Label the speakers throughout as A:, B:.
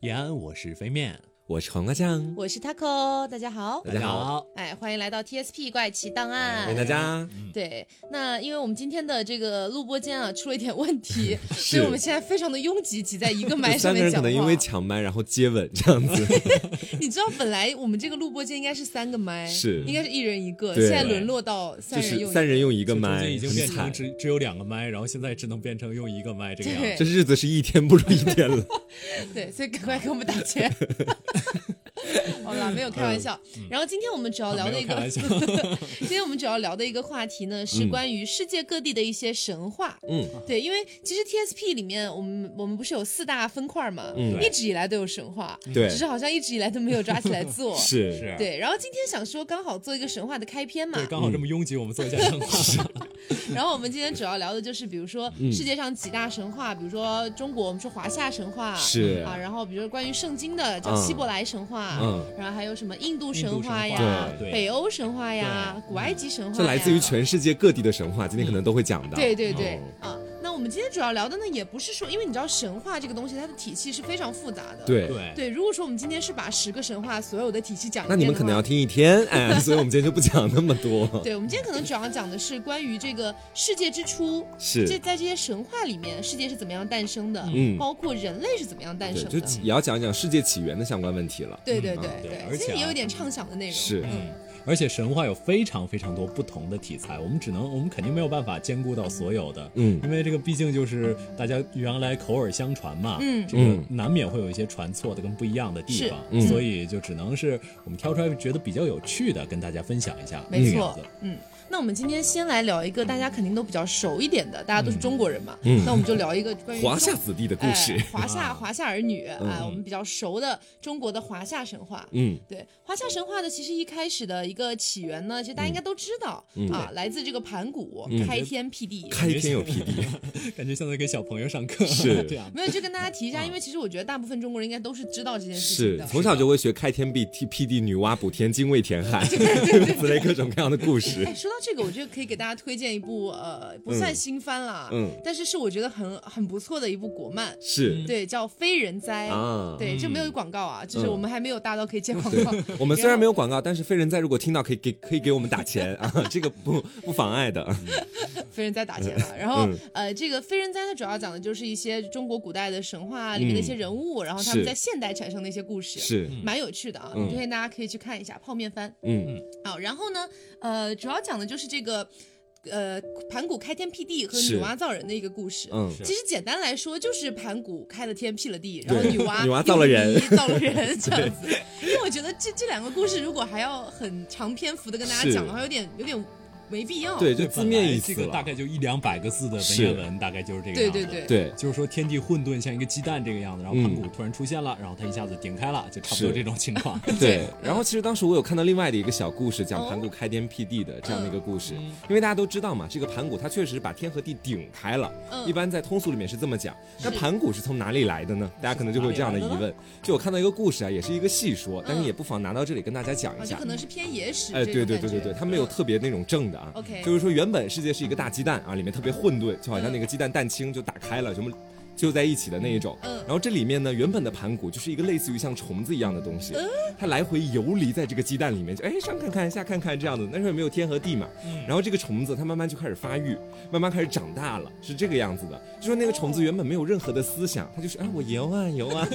A: 延安，我是飞面，
B: 我是黄瓜酱，
C: 我是 Taco，大家好。
B: 大家好，
C: 哎，欢迎来到 TSP 怪奇档案。
B: 哎欢迎大家。
C: 对，那因为我们今天的这个录播间啊出了一点问 题，所以我们现在非常的拥挤，挤在一个
B: 有
C: 麦上
B: 三个人
C: 面
B: 可
C: 讲话。
B: 能因为抢麦然后接吻这样 子，
C: 你知道本来我们这个录播间应该是三个麦，
B: 是
C: 应该是一人一个，
B: 对
C: 现在沦落到三
B: 就
C: 人
B: 是
C: 用。
B: 三人用一个
A: 中
B: 麦，
A: 间已经
B: 很
A: 变成
B: 惨。
A: 只只有两个麦，然后现在只能变成用一个麦这个样
C: 对
A: 子。
B: 这日子是一天不如一天 了。
C: 对，所以赶快给我们打 钱。好啦，没有开玩笑。然后今天我们主要聊的
A: 嗯啊没
C: 一
A: 有
C: 个
A: 开，玩笑， 嗯
C: 今天我们主要聊的一个话题呢，是关于世界各地的一些神话。
B: 嗯，
C: 对，因为其实 TSP 里面，我们我们不是有四大分块嘛，
B: 嗯
C: 一直以来都有神话，
B: 对
C: 只是好像一直以来都没有抓起来做。
B: 是
A: 是啊
C: 对，然后今天想说，刚好做一个神话的开篇嘛
A: 对，，刚好这么拥挤，我们做一下生
B: 嗯
A: 化。
C: 然后我们今天主要聊的就是，比如说世界上几大神话，比如说中国我们说华夏神话
B: 是
C: 啊，然后比如说关于圣经的叫
B: 嗯
C: 希伯来神话，
B: 嗯
C: 然后还有什么印度神话
A: 印
C: 呀
A: 度神话、对
C: 北欧神话呀、古埃及神话呀，
B: 嗯这来自于全世界各地的神话，今天可能都会讲到。
C: 嗯
B: 哦
C: 对对对、啊。那我们今天主要聊的呢，也不是说，因为你知道神话这个东西，它的体系是非常复杂的。
B: 对
A: 对，
C: 对，如果说我们今天是把十个神话所有的体系讲一遍的话，
B: 那你们可能要听一 天，哎，所以我们今天就不讲那么多。
C: 对，我们今天可能主要讲的是关于这个世界之初，
B: 是
C: 这在这些神话里面，世界是怎么样诞生的，
B: 嗯
C: 包括人类是怎么样诞
B: 对，
C: 生
B: 就嗯
C: 的，
B: 也要讲一讲世界起源的相关问题了。
C: 对对对
A: 对
C: 对，
A: 而
C: 所
A: 且
C: 以也
A: 啊
C: 有点畅想的内容。
B: 是，
A: 嗯，而且神话有非常非常多不同的题材，我们只能我们肯定没有办法兼顾到所有的，
B: 嗯
A: 因为这个毕竟就是大家原来口耳相传嘛，
C: 嗯
A: 这个难免会有一些传错的跟不一样的地方，
B: 是嗯
A: 所以就只能是我们挑出来觉得比较有趣的跟大家分享一下，
C: 没
A: 这个样
C: 错
A: 子，
C: 嗯。那我们今天先来聊一个大家肯定都比较熟一点的，大家都是中国人嘛，
B: 嗯
C: 那我们就聊一个关于
B: 华
C: 中
B: 夏子弟的故事
C: 哎。、华夏
A: 啊
C: 华夏儿女
B: 嗯
C: 啊，我们比较熟的中国的华夏神话。
B: 嗯，
C: 对华夏神话的，其实一开始的一个起源呢，其实大家
B: 嗯
C: 应该都知道、啊，来自这个盘古、开天辟地。
B: 开天有辟地，
A: 感觉像在给小朋友上课，
B: 是
A: 这样。
C: 没有，就跟大家提一下，因为其实我觉得大部分中国人应该都是知道这件事
B: 嗯
C: 情
B: 是
C: 的。
B: 从小就会学开天辟地、辟地女娲补天、精卫填海， 此类各种各样的故事
C: 哎，。说到这个，我觉得可以给大家推荐一部呃，不算新番啦，
B: 嗯
C: 但是是我觉得很很不错的一部国漫，
B: 是
C: 对，叫《非人哉》
B: 啊，
C: 嗯对，这没有广告啊，就是我们还没有大到可以接广告。
B: 嗯 我们虽然没有广告，但是非人在如果听到可以给可以给我们打钱啊，这个不不妨碍的。
C: 非人哉打钱 了。然后、
B: 嗯
C: 呃，这个非人哉它主要讲的就是一些中国古代的神话里面的一些人物，然后他们
B: 是
C: 在现代产生的一些故事，
B: 是，
C: 蛮有趣的啊，
B: 嗯
C: 推荐大家可以去看一下泡面番。
B: 嗯，
C: 好，然后呢，呃，主要讲的就是这个。呃，盘古开天辟地和
B: 是
C: 女娲造人的一个故事，
B: 嗯
C: 其实简单来说就是盘古开了天辟了地，然后
B: 对
C: 女娲
B: 女娲造了人
C: 用泥造了 人这样子。因为我觉得这这两个故事如果还要很长篇幅的跟大家
B: 是
C: 讲的话，有点有点没必要。
B: 对，就字面意
A: 这
B: 思
A: 个大
B: 了。
A: 概就一两百个字的文
B: 是
A: 言文，大概就是这个
C: 对
A: 样子。
C: 对对
B: 对，
A: 就是说天地混沌像一个鸡蛋这个样子，然后
B: 嗯
A: 盘古突然出现了，然后他一下子顶开了，就差不多
B: 是
A: 这种情况。
B: 对， 然后其实当时我有看到另外的一个小故事，讲盘古开天辟地的这样的一个故事，因为大家都知道嘛，这个盘古他确实把天和地顶开了，
C: 嗯
B: 一般在通俗里面是这么讲。那盘古是从哪里来的呢？大家可能就会有这样的疑
A: 哪里
B: 问。就我看到一个故事啊，也是一个细说，但是也不妨拿到这里跟大家讲
C: 啊，
B: 一
C: 就
B: 下
C: 可。能是偏野史。
B: 哎，对对对对对，它没
C: 嗯
B: 有。特别那种正的啊。
C: OK 嗯
B: 就是说原本世界是一个大鸡蛋啊，里面特别混沌，就好像那个鸡蛋蛋清就打开了，什么就在一起的那一种。
C: 嗯
B: 然后这里面呢，原本的盘古就是一个类似于像虫子一样的东
C: 嗯
B: 西，它来回游离在这个鸡蛋里面，就哎上看看下看看这样的，那时候也没有天和地嘛。
C: 嗯
B: 然后这个虫子它慢慢就开始发育，慢慢开始长大了，是这个样子的。就说那个虫子原本没有任何的思想，它就是哎我游啊游啊，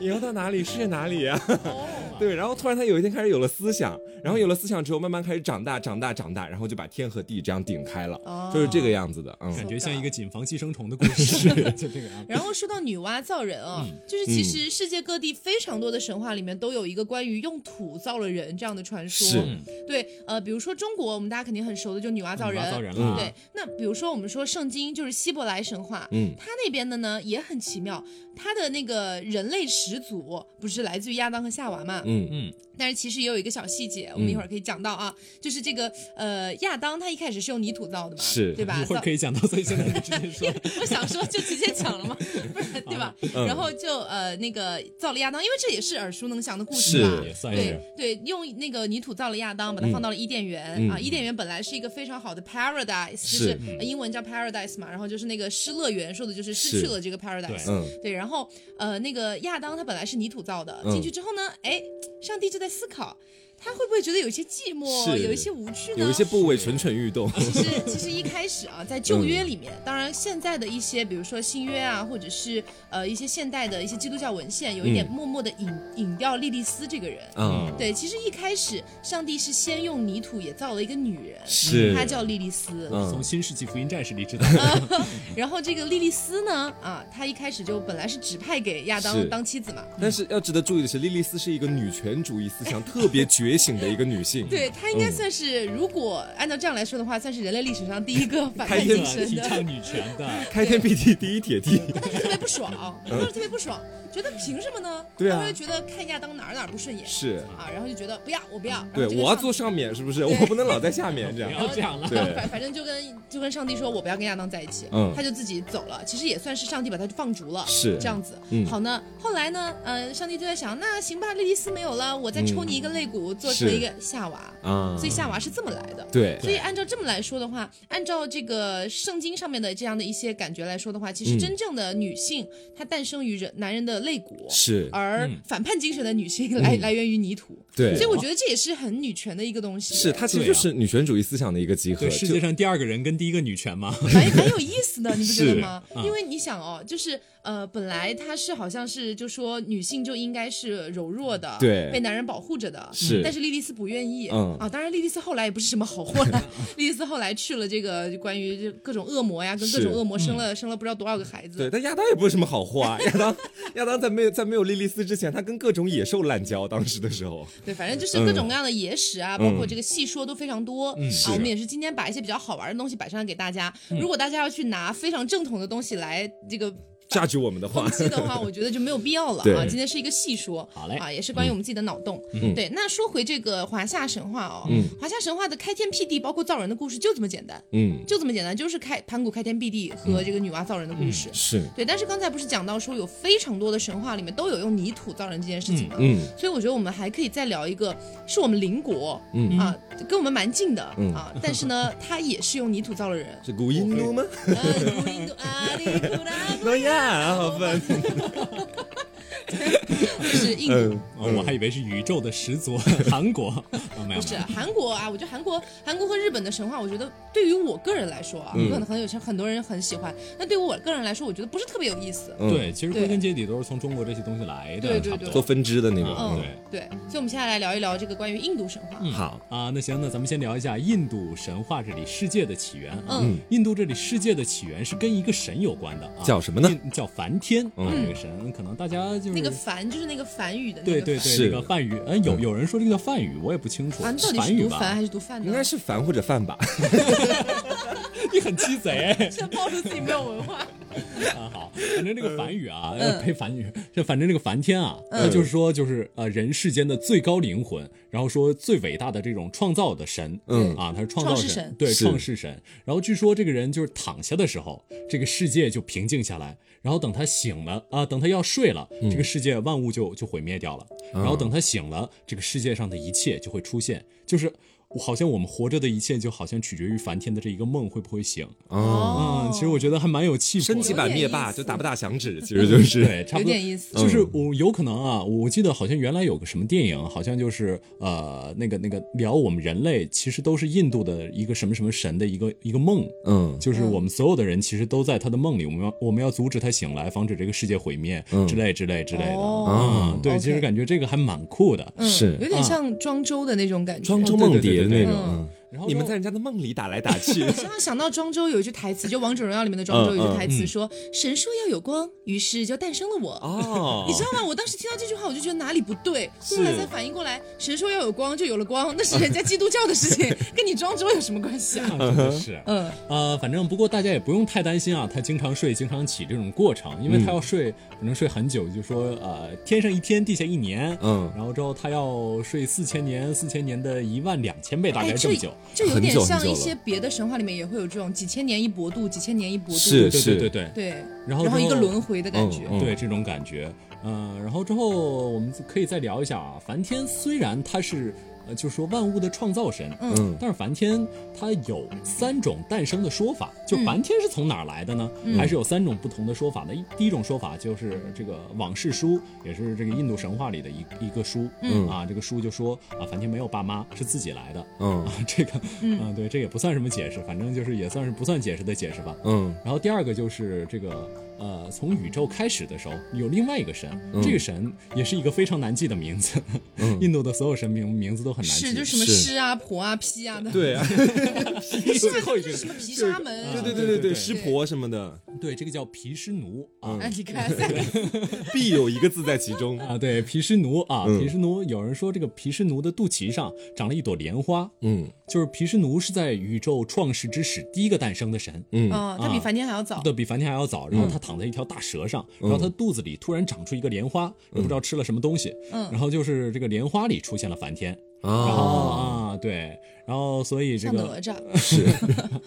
B: 游到哪里是哪里啊。 对，然后突然他有一天开始有了思想，然后有了思想之后，慢慢开始长大，长大，长大，然后就把天和地这样顶开了，
C: 哦
B: 就是这个样子的，嗯，
A: 感觉像一个谨防寄生虫的故 事，就这个样子。
C: 然后说到女娲造人啊，
A: 嗯
C: 就是其实世界各地非常多的神话里面都有一个关于用土造了人这样的传说。
B: 是
C: 对，呃，比如说中国，我们大家肯定很熟的，就女娲造人。
A: 女娲造人啊啦
C: 对，那比如说我们说圣经就是希伯来神话，
B: 嗯
C: 它那边的呢也很奇妙，它的那个人类始祖不是来自于亚当和夏娃嘛？
B: 嗯
A: 嗯
C: 但是其实也有一个小细节，我们一会儿可以讲到啊，就是这个呃亚当他一开始是用泥土造的嘛，
B: 是
C: 对吧？
A: 一会儿可以讲到，所以现在你直接说。
C: 我想说就直接讲 了嘛，不然对吧？
B: 嗯
C: 然后就呃那个造了亚当，因为这也是耳熟能详的故事吧
B: 是。
A: 也哎算
C: 对
A: 是
C: 对，用那个泥土造了亚当，把它放到了伊甸园、
B: 嗯
C: 啊。伊甸园本来是一个非常好的 paradise，就是是呃英文叫 paradise 嘛，然后就是那个失乐园，说的就是失去了这个 paradise。
B: 嗯
C: 对，然后呃，那个亚当他本来是泥土造的，
B: 嗯
C: 进去之后呢，哎，上帝就在思考，他会不会觉得有一些寂寞，
B: 是
C: 有一些无趣呢？
B: 有一些部位蠢蠢欲动。
C: 其实其实一开始啊，在旧约里面，
B: 嗯
C: 当然现在的一些，比如说新约啊，或者是呃一些现代的一些基督教文献，有一点
B: 嗯
C: 默默的隐隐掉莉莉丝这个人。
B: 嗯，
C: 对，其实一开始上帝是先用泥土也造了一个女人，
B: 是
C: 她叫莉莉丝。
A: 从《
B: 嗯
A: 新世纪福音战士》里知道的，
C: 然后这个莉莉丝呢，啊，她一开始就本来是指派给亚
B: 是
C: 当当妻子嘛。
B: 但是要值得注意的是，莉莉丝是一个女权主义思想特别觉醒的一个女性。
C: 对她
B: 嗯
C: 应该算是，如果按照这样来说的话，算是人类历史上第一个反
B: 开
C: 叛
B: 天
C: 女
A: 对
C: 神
A: 提
C: 嗯的。
A: 倡女权的，
B: 开天辟地第一铁梯，
C: 但是特别不爽，就是特别不爽，觉得凭什么呢？
B: 嗯对啊
C: 然后就觉得看亚当哪儿哪儿不顺眼
B: 是
C: 啊，然后就觉得不要我不要，
B: 对
C: 然后就跟
B: 我要
C: 上
B: 坐上面，是不是？我不能老在下面这
A: 不
B: 样。
A: 要这样了。
B: 对
C: 反反正就跟就跟上帝说我不要跟亚当在一起，
B: 嗯
C: 他就自己走了，其实也算是上帝把他放逐了，
B: 是
C: 这样子。
B: 嗯
C: 好呢，后来呢，嗯、上帝就在想，那行吧，莉莉丝没有了，我再抽你一个肋骨，做成
B: 是
C: 一个夏娃，
B: 啊
C: 所以夏娃是这么来的。
B: 对
C: 所以按照这么来说的话，按照这个圣经上面的这样的一些感觉来说的话，其实
B: 嗯
C: 真正的女性、她诞生于人男人的肋骨，
B: 是嗯
C: 而
A: 嗯
C: 反叛精神的女性来、来源于泥土，
B: 对
C: 所以我觉得这也是很女权的一个东西，
B: 是，它其实就是女权主义思想的一个集合。
A: 对，世界
B: 就嗯
A: 上第二个人跟第一个女权嘛，
C: 蛮蛮有意 思的，你不觉得吗？
A: 嗯
C: 因为你想哦，就是呃，本来她是好像是就说女性就应该是柔弱的，
B: 对
C: 被男人保护着的，
B: 是
C: 嗯但是莉莉丝不愿意，
B: 嗯
C: 啊，当然莉莉丝后来也不是什么好货啦， 莉莉丝后来去了这个关于这各种恶魔呀，跟各
B: 是嗯
C: 种恶魔生了、生了不知道多少个孩子，
B: 对，但亚当也不是什么好货啊。亚当，亚当在没有在没有莉莉丝之前，他跟各种野兽滥交，当时的时候。
C: 对，反正就是各种各样的野史啊，包括这个戏说都非常多。
B: 嗯是嗯
C: 啊，我们也是今天把一些比较好玩的东西摆上来给大家。如果大家要去拿非常正统的东西来这个
B: 榨取我们的话
C: 抨，击的话，我觉得就没有必要 了啊
B: 对。嗯
C: 今天是一个细说，
A: 好嘞
C: 啊，也是关于我们自己的脑洞。对，那说回这个华夏神话哦，华夏神话的开天辟地，包括造人的故事，就这么简单，
B: 嗯，
C: 就这么简单，就是开盘古开天辟地和这个女娲造人的故事。
B: 是，
C: 对，但是刚才不是讲到说有非常多的神话里面都有用泥土造人这件事情吗？
B: 嗯，
C: 所以我觉得我们还可以再聊一个，是我们邻国，
B: 嗯
C: 啊，跟我们蛮近的、
B: 嗯
C: 啊，但是
B: 。
C: 呢，他也是用泥土造了人
B: 是古印度吗？
C: 呃古印度阿里古拉古
B: 诺亚，好 笨。
C: 就是印度。
B: 嗯，
A: 哦我还以为是宇宙的始祖韩国，哦没有
C: 不是韩国啊，我觉得韩国、韩国和日本的神话，我觉得对于我个人来说啊，
B: 嗯
C: 可能很有些很多人很喜欢，但对于我个人来说，我觉得不是特别有意思。
B: 嗯，
A: 对，其实归根结底都是从中国这些东西来的，
C: 对对
A: 差不
C: 对
B: 做
A: 多。
B: 分支的那种。
A: 嗯
C: 嗯
A: 对，
C: 对，所以我们现在来聊一聊这个关于印度神话。
A: 嗯
B: 好，
A: 啊，那行，那咱们先聊一下印度神话这里世界的起源啊。
C: 嗯
A: 印度这里世界的起源是跟一个神有关的啊，
B: 叫什么呢
A: 印叫梵天啊，
B: 嗯
A: 这个神可能大家就是
C: 那个梵就是那个梵语的那个
A: 对
C: 梵
A: 对
B: 是
A: 对，那个梵语，嗯，有有人说这个叫梵语，我也不清楚，
C: 啊，到底
A: 梵
C: 是
A: 语
C: 读梵
A: 吧
C: 还？是读梵呢？
B: 应该是凡或者范吧。
A: 你很鸡贼。
C: 现在暴露自 己没有文化。
A: 啊，好，反正这个梵语啊，
C: 嗯
A: 呃呸，梵语，这反正这个梵天啊，
C: 嗯
A: 那就是说，就是呃，人世间的最高灵魂，然后说最伟大的这种创造的神，
B: 嗯
A: 啊，他是创造
C: 创世
A: 神
C: 神，
A: 对，
B: 是
A: 创世神。然后据说这个人就是躺下的时候，这个世界就平静下来，然后等他醒了啊，等他要睡了，
B: 嗯
A: 这个世界万物就就毁灭掉了，然后等他醒了，这个世界上的一切就会出现，就是。好像我们活着的一切，就好像取决于梵天的这一个梦会不会醒。
B: 哦，
A: 嗯，其实我觉得还蛮有气魄的。
B: 升级版灭
C: 有点
B: 霸
C: 意思
B: 就打不打响指，其实就是。
A: 嗯
B: 嗯
A: 对，差不
C: 有
A: 多
C: 点意思
A: 就是我有可能啊，我记得好像原来有个什么电影，好像就是呃那个那个聊我们人类其实都是印度的一个什么什么神的一个一个梦。
B: 嗯，
A: 就是我们所有的人其实都在他的梦里，我们要我们要阻止他醒来，防止这个世界毁灭
B: 嗯
A: 之类之类之类的。
C: 哦
A: 嗯，对，
C: OK
A: 其实感觉这个还蛮酷的。
C: 嗯
B: 是
C: 有点像庄周的那种感觉。
B: 庄周梦蝶的那种。
C: 嗯
B: 嗯
A: 然后
B: 你们
A: 就
B: 在人家的梦里打来打去，
C: 这样想到庄周有一句台词，就《王者荣耀》里面的庄
A: 嗯
C: 周有一句台词说：“神说要有光，于是就诞生了我。”
B: 哦，
C: 你知道吗？我当时听到这句话，我就觉得哪里不对，后来才反应过来，神说要有光就有了光，那是人家基督教的 事情，跟你庄周有什么关系啊？
A: 啊真的是，
C: 嗯，
A: 呃，反正不过大家也不用太担心啊，他经常睡、经常起这种过程，因为他要睡，可能睡很久，就说呃，天上一天，地下一年，
B: 嗯
A: 然后之后他要睡四千年，四千年的一万两千倍，大
C: 哎，
A: 概这
C: 这
A: 么久。
C: 这有点
B: 很久很
C: 像
B: 久
C: 一
B: 了
C: 些别的神话里面也会有这种几千年一搏度，几千年一搏度，
B: 是
A: 对对对对
C: 对，
A: 然后
C: 然后
A: 之
C: 一个
A: 后
C: 轮回的感觉。
B: 嗯
A: 对这种感觉。嗯、然后之后我们可以再聊一下啊。梵天虽然他是呃，就是说万物的创造神，
B: 嗯
A: 但是梵天他有三种诞生的说法，就
C: 嗯
A: 梵天是从哪儿来的呢？还是有三种不同的说法的。一第一种说法就是这个《往事书》，也是这个印度神话里的一一个书，
B: 嗯
A: 啊，这个书就说啊，梵天没有爸妈，是自己来的。
B: 嗯
A: 啊，这个，嗯，对，这也不算什么解释，反正就是也算是不算解释的解释吧。
B: 嗯
A: 然后第二个就是这个，呃，从宇宙开始的时候有另外一个神，这个神也是一个非常难记的名字。印度的所有神名名字都很难记。
C: 是，就什么
B: 是
C: 诗啊、婆啊、批啊的，
B: 对啊，
C: 是吧，
B: 最后一个
C: 就是什么毗沙门，
A: 对对对
B: 对对对
C: 啊
A: 对
B: 对
A: 对
B: 对，湿婆什么的，
A: 对，这个叫毗湿奴啊。
C: 哎，你看，三个
B: 必有一个字在其中。
A: 啊，对，毗湿奴啊，
B: 嗯
A: 毗湿奴，有人说这个毗湿奴的肚脐上长了一朵莲花，
B: 嗯
A: 就是毗湿奴是在宇宙创世之始第一个诞生的神，
B: 嗯
C: 嗯，他比梵天还要早。嗯
A: 对比梵天还要早。然后他躺在一条大蛇上，然后他肚子里突然长出一个莲花，也不知道吃了什么东西，
C: 嗯
A: 然后就是这个莲花里出现了梵天，然后
B: 啊，
C: 哦
A: 啊，对，然后所以这
C: 像哪
A: 个
C: 吒，
B: 嗯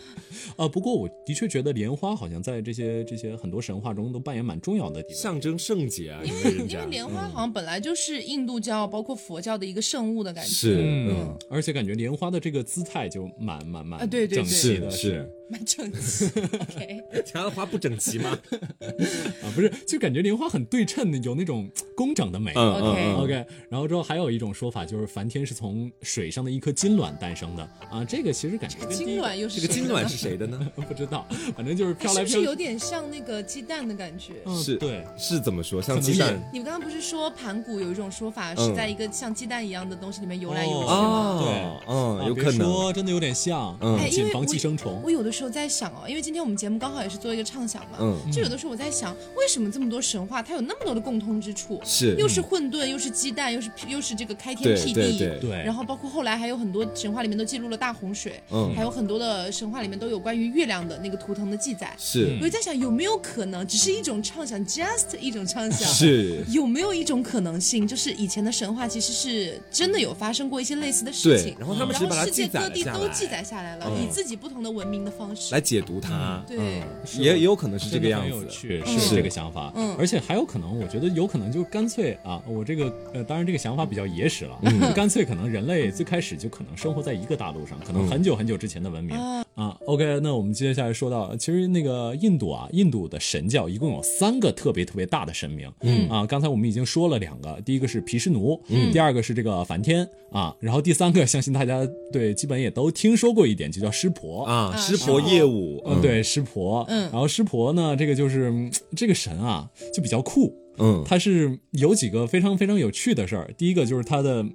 A: 呃，不过我的确觉得莲花好像在这些这些很多神话中都扮演蛮重要的地位。
B: 象征圣洁啊，
C: 因为
B: 人
C: 因
B: 家
C: 为莲花好像本来就是印度教包括佛教的一个圣物的感觉，
B: 是嗯
A: 嗯，而且感觉莲花的这个姿态就蛮蛮蛮
C: 啊对对
A: 整
C: 对
A: 齐的，
B: 是是，
C: 蛮整齐。OK，
B: 墙上花不整齐吗？
A: 啊，不是，就感觉莲花很对称的，有那种工整的美。
B: 嗯
C: OK
B: 嗯
A: OK，然后之后还有一种说法就是梵天是从水上的一颗金卵诞生的啊，这个其实感觉跟第一
C: 金卵又是
B: 这个
C: 谁
B: 金
C: 的
B: 卵
C: 呢
B: 是谁的呢？
A: 不知道，反正就是
C: 哎
A: 飘
C: 是
A: 来
C: 不
A: 飘
C: 是有
A: 去。
C: 点像那个鸡蛋的感觉？
A: 嗯
B: 是
A: 对，
B: 是怎么说？
A: 可
B: 像
A: 能
B: 鸡
A: 也
B: 蛋
C: 你们刚刚不是说盘古有一种说法
B: 嗯
C: 是在一个像鸡蛋一样的东西里面游来游去吗？
B: 哦，嗯，有
A: 啊别
B: 可能
A: 说真的有点像，
B: 嗯
C: 哎因
A: 谨
C: 为
A: 防
C: 我
A: 寄生虫。
C: 我有的时候在想哦，因为今天我们节目刚好也是做一个畅想嘛，
B: 嗯
C: 就有的时候我在想，为什么这么多神话它有那么多的共通之处？
B: 是
C: 又是混沌，又是鸡蛋，又是又是这个开天
B: 对
C: 辟地，
B: 对对
A: 对，
C: 然后包括后来还有很多神话里面都记录了大洪水，
B: 嗯
C: 还有很多的神话里面都有关于月亮的那个图腾的记载。
B: 是
C: 我就在想，有没有可能，只是一种畅想，just 一种畅想，
B: 是，
C: 有没有一种可能性，就是以前的神话其实是真的有发生过一些类似的事
B: 对
C: 情，，
B: 然后他们只
C: 然
B: 是把
C: 后
B: 它
C: 世界
B: 记载
C: 各
B: 了
C: 地
B: 下
C: 都
B: 来，
C: 记载下来了，
B: 嗯
C: 以自己不同的文明的方式
B: 来。解读它，
C: 对
B: 嗯
A: 是
B: 也也有可能是这
A: 真
B: 个
A: 的
B: 样
A: 很
B: 子
A: 有，趣，
C: 嗯
A: 是
B: 是
A: 这个想法。
C: 嗯
A: 而且还有可能，我觉得有可能就干脆啊，我这个呃，当然这个想法比较野史了，干脆可能人类最开始就可能生活在一个大陆上，可能很久很久之前的文明。
C: 啊
A: 啊，OK，那我们接下来说到，其实那个印度啊，印度的神教一共有三个特别特别大的神明，嗯啊，刚才我们已经说了两个，第一个是毗湿奴，嗯，第二个是这个梵天啊，然后第三个相信大家对基本也都听说过一点，就叫湿婆
B: 啊，
C: 啊
B: 湿
C: 湿
B: 婆
C: 婆
B: 业务，
A: 嗯，，对，湿婆，
C: 嗯
A: 然后湿婆呢，这个就是嗯这个神啊，就比较酷，
B: 嗯，
A: 他是有几个非常非常有趣的事儿。第一个就是他的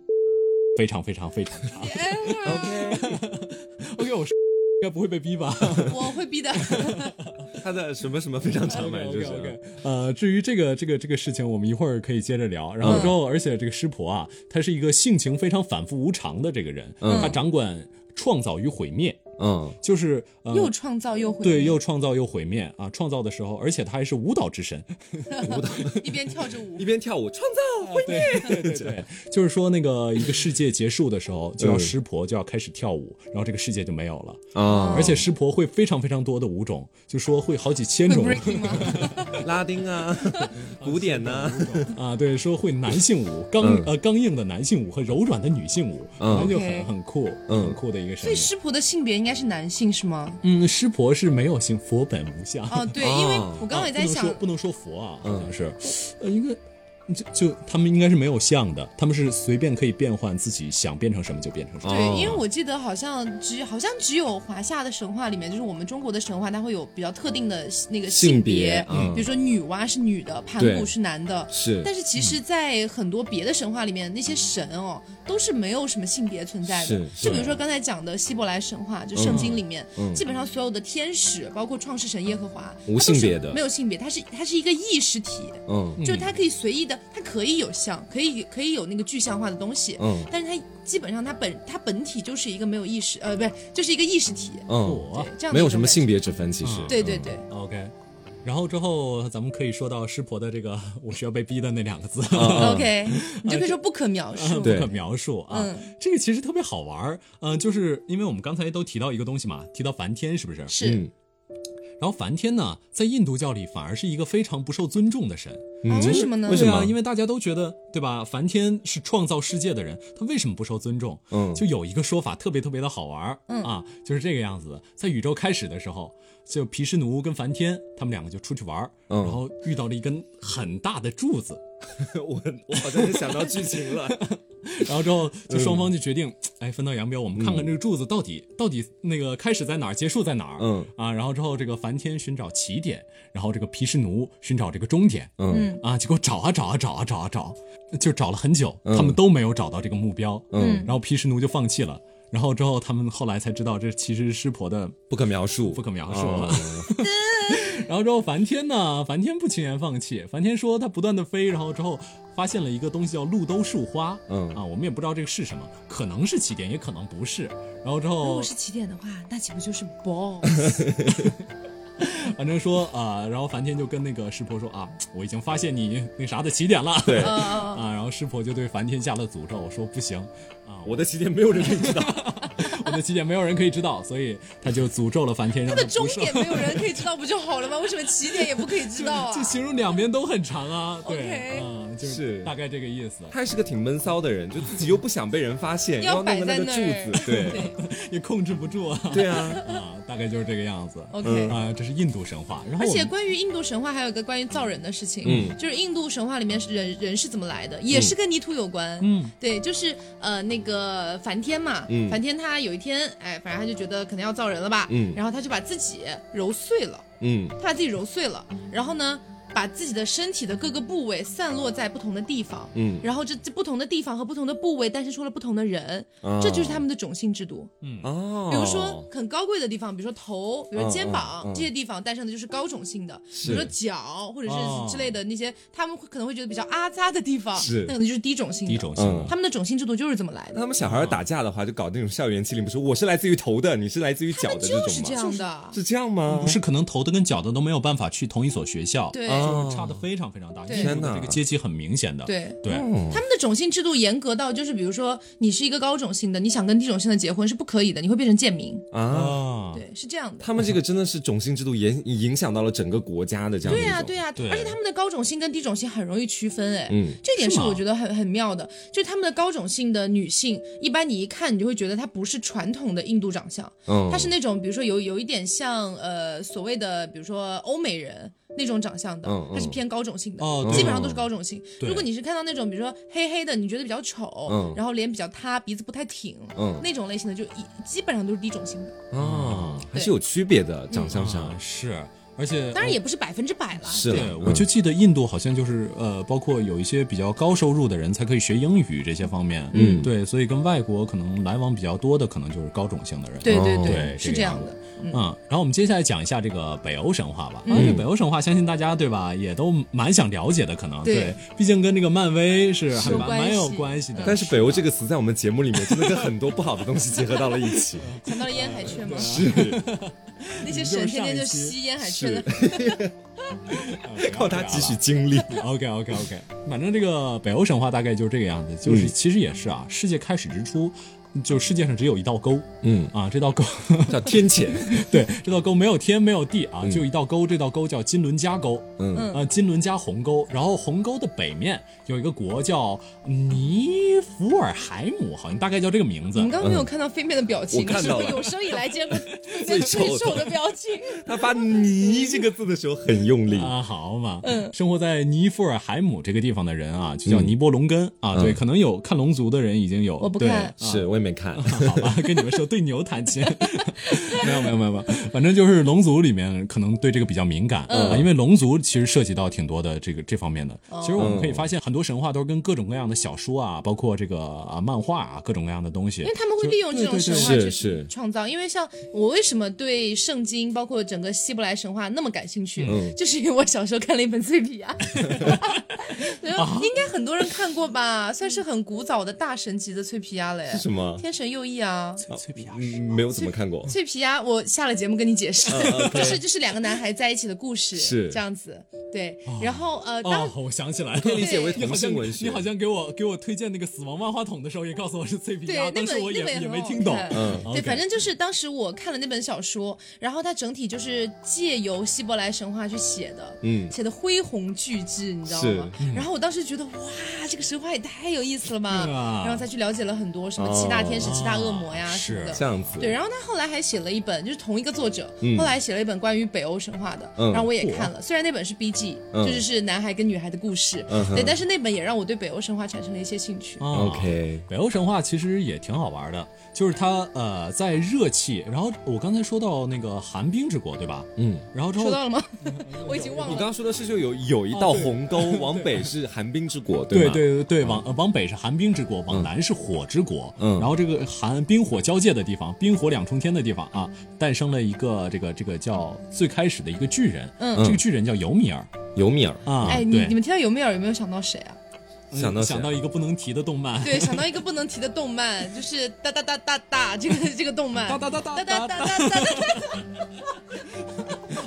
A: 非常非常非常长
B: OK，
A: ，OK，我说应该不会被逼吧？
C: 我会逼的。
B: 嗯他的什么什么非常长满
A: OK
B: 就
A: OK
B: 是
A: OK，呃，至于这个这个这个事情，我们一会儿可以接着聊。然后之后，而且这个湿婆啊，他是一个性情非常反复无常的这个人，
B: 嗯
A: 他掌管创造与毁灭，
B: 嗯
A: 就是呃。
C: 又创造又毁灭，
A: 对，又创造又毁灭啊！创造的时候，而且他还是舞蹈之神，
C: 一边跳着 舞
B: 一，边跳舞创造会
A: 对对对，就是说那个一个世界结束的时候，就要湿婆就要开始跳舞，然后这个世界就没有了。
B: 啊，
A: 而且湿婆会非常非常多的舞种，就说会好几千
C: 会
A: 种
C: breaking 吗？
B: 拉丁 啊，古典呐，
C: 哦
A: 啊，对，说会男性舞、刚呃刚硬的男性舞和柔软的女性舞，
B: 嗯
A: 然后就
C: OK
A: 很很酷，
B: 嗯
A: 很酷的一个神
C: 所以
A: 明。
C: 湿婆的性别应该是男性 是吗？
A: 嗯，湿婆是没有性，佛本无相。
C: 哦，对，
B: 哦
C: 因为我刚刚
A: 啊
C: 也在想
A: 不能说，不能说佛啊，好像是，呃，应该就就他们应该是没有像的，他们是随便可以变换自己想变成什么就变成什么。
C: 对
B: 哦，
C: 因为我记得好像只好像只有华夏的神话里面，就是我们中国的神话，它会有比较特定的那个
B: 性别
C: 别，
B: 嗯
C: 比如说女娲是女的，盘
B: 对
C: 古是男的。
B: 是
C: 但是其
B: 嗯
C: 实，在很多别的神话里面，那些神哦都是没有什么性别存在的
B: 是。是
C: 就比如说刚才讲的希伯来神话，就圣经里面，
B: 嗯
C: 基本上所有的天使，包括创世神耶和华，
B: 无
C: 它都
B: 性
C: 是
B: 别的
C: 没有性别，它是它是一个意识体。
B: 嗯
C: 就是它可以随意的，它可以有像，可以可以有那个具象化的东西，
B: 嗯
C: 但是它基本上它本它本体就是一个没有意识，呃，不是，就是一个意识体，
B: 嗯，
A: 我
C: 这样的
B: 没有
C: 一种
B: 什么
C: 感觉
B: 性，别之分，其实
C: 对对对，
A: OK，然后之后咱们可以说到师婆的这个 我需要被逼的那两个字。
C: 啊，OK，你就可以说不可描 述，
A: 不
B: 嗯 对
A: 可描述啊，
C: 嗯
A: 这个其实特别好玩儿，嗯、就是因为我们刚才都提到一个东西嘛，提到梵天是不是？
C: 是、
B: 嗯
A: 然后梵天呢，在印度教里反而是一个非常不受尊重的神，
C: 啊
B: 嗯
C: 为什么呢？
B: 为什
A: 对
B: 么
A: 啊？因为大家都觉得，对吧？梵天是创造世界的人，他为什么不受尊重？
B: 嗯
A: 就有一个说法特别特别的好玩儿、啊，就是这个样子的。在宇宙开始的时候，就毗湿奴跟梵天他们两个就出去玩儿、
B: 嗯
A: 然后遇到了一根很大的柱子，
B: 我我好像想到剧情了，
A: 然后之后就双
B: 嗯
A: 方就决定，哎，分道扬镳，我们看看这个柱子到底、到底那个开始在哪儿，结束在哪儿。
B: 嗯
A: 啊，然后之后这个梵天寻找起点，然后这个毗湿奴寻找这个终点。
B: 嗯
A: 啊，结果找啊找啊找啊找啊找，就找了很久，
B: 嗯
A: 他们都没有找到这个目标。
B: 嗯，
A: 然后毗湿奴就放弃了。然后之后，他们后来才知道，这其实是湿婆的
B: 不可描述，
A: 不可描述
B: 哦
C: 啊
A: 了。 然后之后，梵天呢，梵天不轻言放弃。梵天说他不断的飞，然后之后发现了一个东西叫路兜树花。
B: 嗯
A: 啊，我们也不知道这个是什么，可能是起点，也可能不是。然后之
C: 如
A: 后
C: 果，是起点的话，那岂不就是 boss？
A: 反正说啊、然后梵天就跟那个湿婆说啊，我已经发现你那啥的起点了。
B: 对
C: 呃，
A: 啊，然后湿婆就对梵天下了诅咒，说不行啊，
B: 我的起点没有人可以知道，
A: 我们的起点没有人可以知道，所以他就诅咒了梵天，让
C: 它
A: 他
C: 的
A: 不
C: 终
A: 受。
C: 点没有人可以知道不就好了吗？为什么起点也不可以知道啊
A: 这？形容两边都很长啊，对，
C: OK
A: 嗯，就是大概这个意思，
B: 他还是个挺闷骚的人，就自己又不想被人发现，
C: 要
B: 要弄
C: 摆
B: 个
C: 在
B: 那个
C: 那
B: 柱
C: 儿
B: 子， 对
A: 也控制不住啊，
B: 对啊，
A: 啊，大概就是这个样子。
C: ，OK，、
B: 嗯
A: 啊，这是印度神话，然后
C: 而
A: 我
C: 且
A: 们
C: 关于印度神话，还有一个关于造人的事情，
B: 嗯
C: 就是印度神话里面是人人是怎么来的，也是跟泥土有关，
A: 嗯，
C: 对，就是呃那个梵天嘛，
B: 嗯
C: 梵天他有一天，哎，反正他就觉得可能要造人了吧，
B: 嗯
C: 然后他就把自己揉碎了，
B: 嗯
C: 他把自己揉碎了，然后呢，把自己的身体的各个部位散落在不同的地方，
B: 嗯，
C: 然后这这不同的地方和不同的部位诞生出了不同的人，
B: 啊
C: 这就是他们的种姓制度。
B: 哦，
C: 比如说很高贵的地方，比如说头，比如说肩膀、
B: 嗯嗯嗯
C: 这些地方诞生的就是高种性的，
B: 是
C: 比如说脚或者
A: 哦
C: 是之类的那些，他们会可能会觉得比较阿扎的地方，
B: 是
C: 那可能就是低种性的。
A: 第一种性
B: 嗯
C: 他们的种姓制度就是这么来
B: 那
C: 的，
B: 他们小孩儿打架的话，就搞那种校园欺凌，不是我是来自于头的，你是来自于脚的这
C: 就是
B: 种
C: 这
B: 吗？
C: 样的。
B: 是这样吗？
A: 不是可能头的跟脚的都没有办法去同一所学校，
C: 对、
B: 啊
A: 差的非常非常大，
C: 对
A: 印度
B: 天
A: 的
B: 哪嗯
A: 这个阶级很明显的，
C: 对。
A: 对，
B: 哦
C: 他们的种姓制度严格到，就是比如说你是一个高种姓的，你想跟低种姓的结婚是不可以的，你会变成贱民。
B: 啊。
A: 啊，
C: 对，是这样的。
B: 他们这个真的是种姓制度影影响到了整个国家的这样的
C: 对
B: 一
C: 呀、
B: 种，
C: 对呀、啊
A: 对
C: 而且他们的高种姓跟低种姓很容易区分，哎，
B: 嗯
C: 这点
A: 是
C: 是
A: 吗
C: 我觉得很很妙的，就是他们的高种姓的女性，一般你一看你就会觉得她不是传统的印度长相，
B: 嗯，
C: 她是那种比如说有有一点像呃所谓的比如说欧美人那种长相的
B: 嗯，
C: 她是
B: 嗯
C: 偏高种姓的
A: 哦，对
C: 基本上都是高种姓。
A: 对
C: 如果你是看到那种比如说黑黑的，你觉得比较丑
B: 嗯，
C: 然后脸比较塌，鼻子不太挺
B: 嗯，
C: 那种类型的，就一基本上都是低种姓的，
B: 啊，还是有区别的长相
A: 啊
B: 上，
C: 嗯
A: 是，而且
C: 当然也不是百分之百啦。
B: 嗯是
A: 对，
B: 了，
A: 我就记得印度好像就是呃，包括有一些比较高收入的人才可以学英语这些方面，
B: 嗯
A: 对，所以跟外国可能来往比较多的，可能就是高种姓的人，
C: 对对
B: 哦
A: 对
C: 是
A: 这
C: 这
A: 样
C: 样的。
A: 嗯，然后我们接下来讲一下这个北欧神话吧。啊，这北欧神话，相信大家对吧，也都蛮想了解的，可能
C: 对
A: 毕竟跟这个漫威是还
C: 有
A: 蛮
C: 关
A: 蛮有
C: 系
A: 关系的。
B: 但是北欧这个词在我们节目里面真的跟很多不好的东西结合到了一 起，
C: 想到了烟海雀吗？
B: 是
C: 那些神天天就吸烟海雀的
B: 是，靠它汲取精力。
A: OK OK OK，反正这个北欧神话大概就是这个样子，就是
B: 嗯
A: 其实也是啊，世界开始之初，就世界上只有一道沟
B: 嗯，
A: 啊，这道沟，
B: 叫天谴，
A: 对，这道沟没有天没有地啊，就一道沟，这道沟叫金伦加沟，
B: 嗯，
C: 嗯
A: 呃，金伦加鸿沟，然后鸿沟的北面有一个国叫尼福尔海姆，好像大概叫这个名字。
C: 你们刚刚没有看到飞面的表
B: 嗯
C: 情，
B: 我看
C: 是
B: 到
C: 我
B: 了
C: 有生以来 见过最
B: 最丑的
C: 丑的表 情。
B: 他发“泥”这个字的时候很用力，
A: 啊，好嘛，嗯，生活在尼福尔海姆这个地方的人啊，就叫尼波龙根、啊，对，可能有看龙族的人已经有，
C: 我不
A: 对
C: 看
B: 是我也没
C: 啊
B: 看，
A: 好吧， 跟你们说对牛弹琴， 没有没有没有没有，反正就是龙族里面可能对这个比较敏感、啊，因为龙族其实涉及到挺多的这个这方面的。其实我们可以发现，很多神话都是跟各种各样的小说啊，包括这个啊漫画啊，各种各样的东西
C: 因为。他们会利用这种神话
B: 对对对
C: 去
B: 是
C: 创造。因为像我为什么对圣经，包括整个希伯来神话那么感兴趣，
B: 嗯
C: 就是因为我小时候看了一本《翠皮 亚》，然
B: 啊
C: 后应该很多人看过吧，算是很古早的大神级的《翠皮亚》了耶，
B: 什么？
C: 天神右翼啊。
A: 脆皮啊
B: 嗯没有怎么看 过，
C: 脆皮鸭，我下了节目跟你解释，
A: 嗯
C: 就是就是两个男孩在一起的故事，
B: 是
C: 这样子，对。然后呃，当
A: 哦，我想起来了，
B: 理解为
A: 你好
B: 同
A: 像
B: 性文学，
A: 你好像给我给我推荐那个死亡万花筒的时候，也告诉我是脆皮
C: 对
A: 鸭，，
C: 那
A: 但是
C: 本
A: 我也
C: 那本
A: 也
C: 也很
A: 没
C: 好
A: 听懂。
C: 看
B: 嗯
C: 对，
A: 哦 OK
C: 反正就是当时我看了那本小说，然后它整体就是借由希伯来神话去写的，
B: 嗯
C: 写的恢宏巨制，你知道吗？然后
A: 嗯
C: 我当时觉得哇，这个神话也太有意思了吧！
A: 对啊
C: 然后再去了解了很多什么七大天使、七大恶魔呀
A: 啊
C: 什么的。
B: 这样子，
C: 对，然后他后来还写了一本，就是同一个作者，
B: 嗯
C: 后来写了一本关于北欧神话的，
B: 嗯
C: 然后我也看了，虽然那本是 B G，、
B: 嗯
C: 就是是男孩跟女孩的故事，
B: 嗯哼
C: 对，但是那本也让我对北欧神话产生了一些兴趣。
A: 啊
B: OK，
A: 北欧神话其实也挺好玩的，就是它呃在热气，然后我刚才说到那个寒冰之国对吧？
B: 嗯，
A: 然后之
C: 说
A: 后
C: 到了吗？
A: 嗯
C: 我已经忘
B: 你
C: 了
B: 刚。刚说的是就有有一
A: 哦
B: 道
A: 对
B: 鸿沟，往北是寒冰之 国，
A: 对
B: 吗？
A: 对对对，往呃往北是寒冰之国，往南是火之国。
B: 嗯
A: 然后这个寒冰火交界的地方，冰火两重天的地方啊，诞生了一个这个这个叫最开始的一个巨人。
C: 嗯
A: 这个巨人叫尤米尔
B: 尤米尔，
A: 啊。
C: 哎，你
A: 对
C: 你，们听到有没有有没有想到谁啊？
A: 嗯
B: 想到谁
A: 想到一个不能提的动漫，
C: 对，想到一个不能提的动漫，就是哒哒哒哒哒这个这个动漫，
A: 哒哒哒哒
C: 哒
A: 哒
C: 哒
A: 哒
C: 哒哒哒，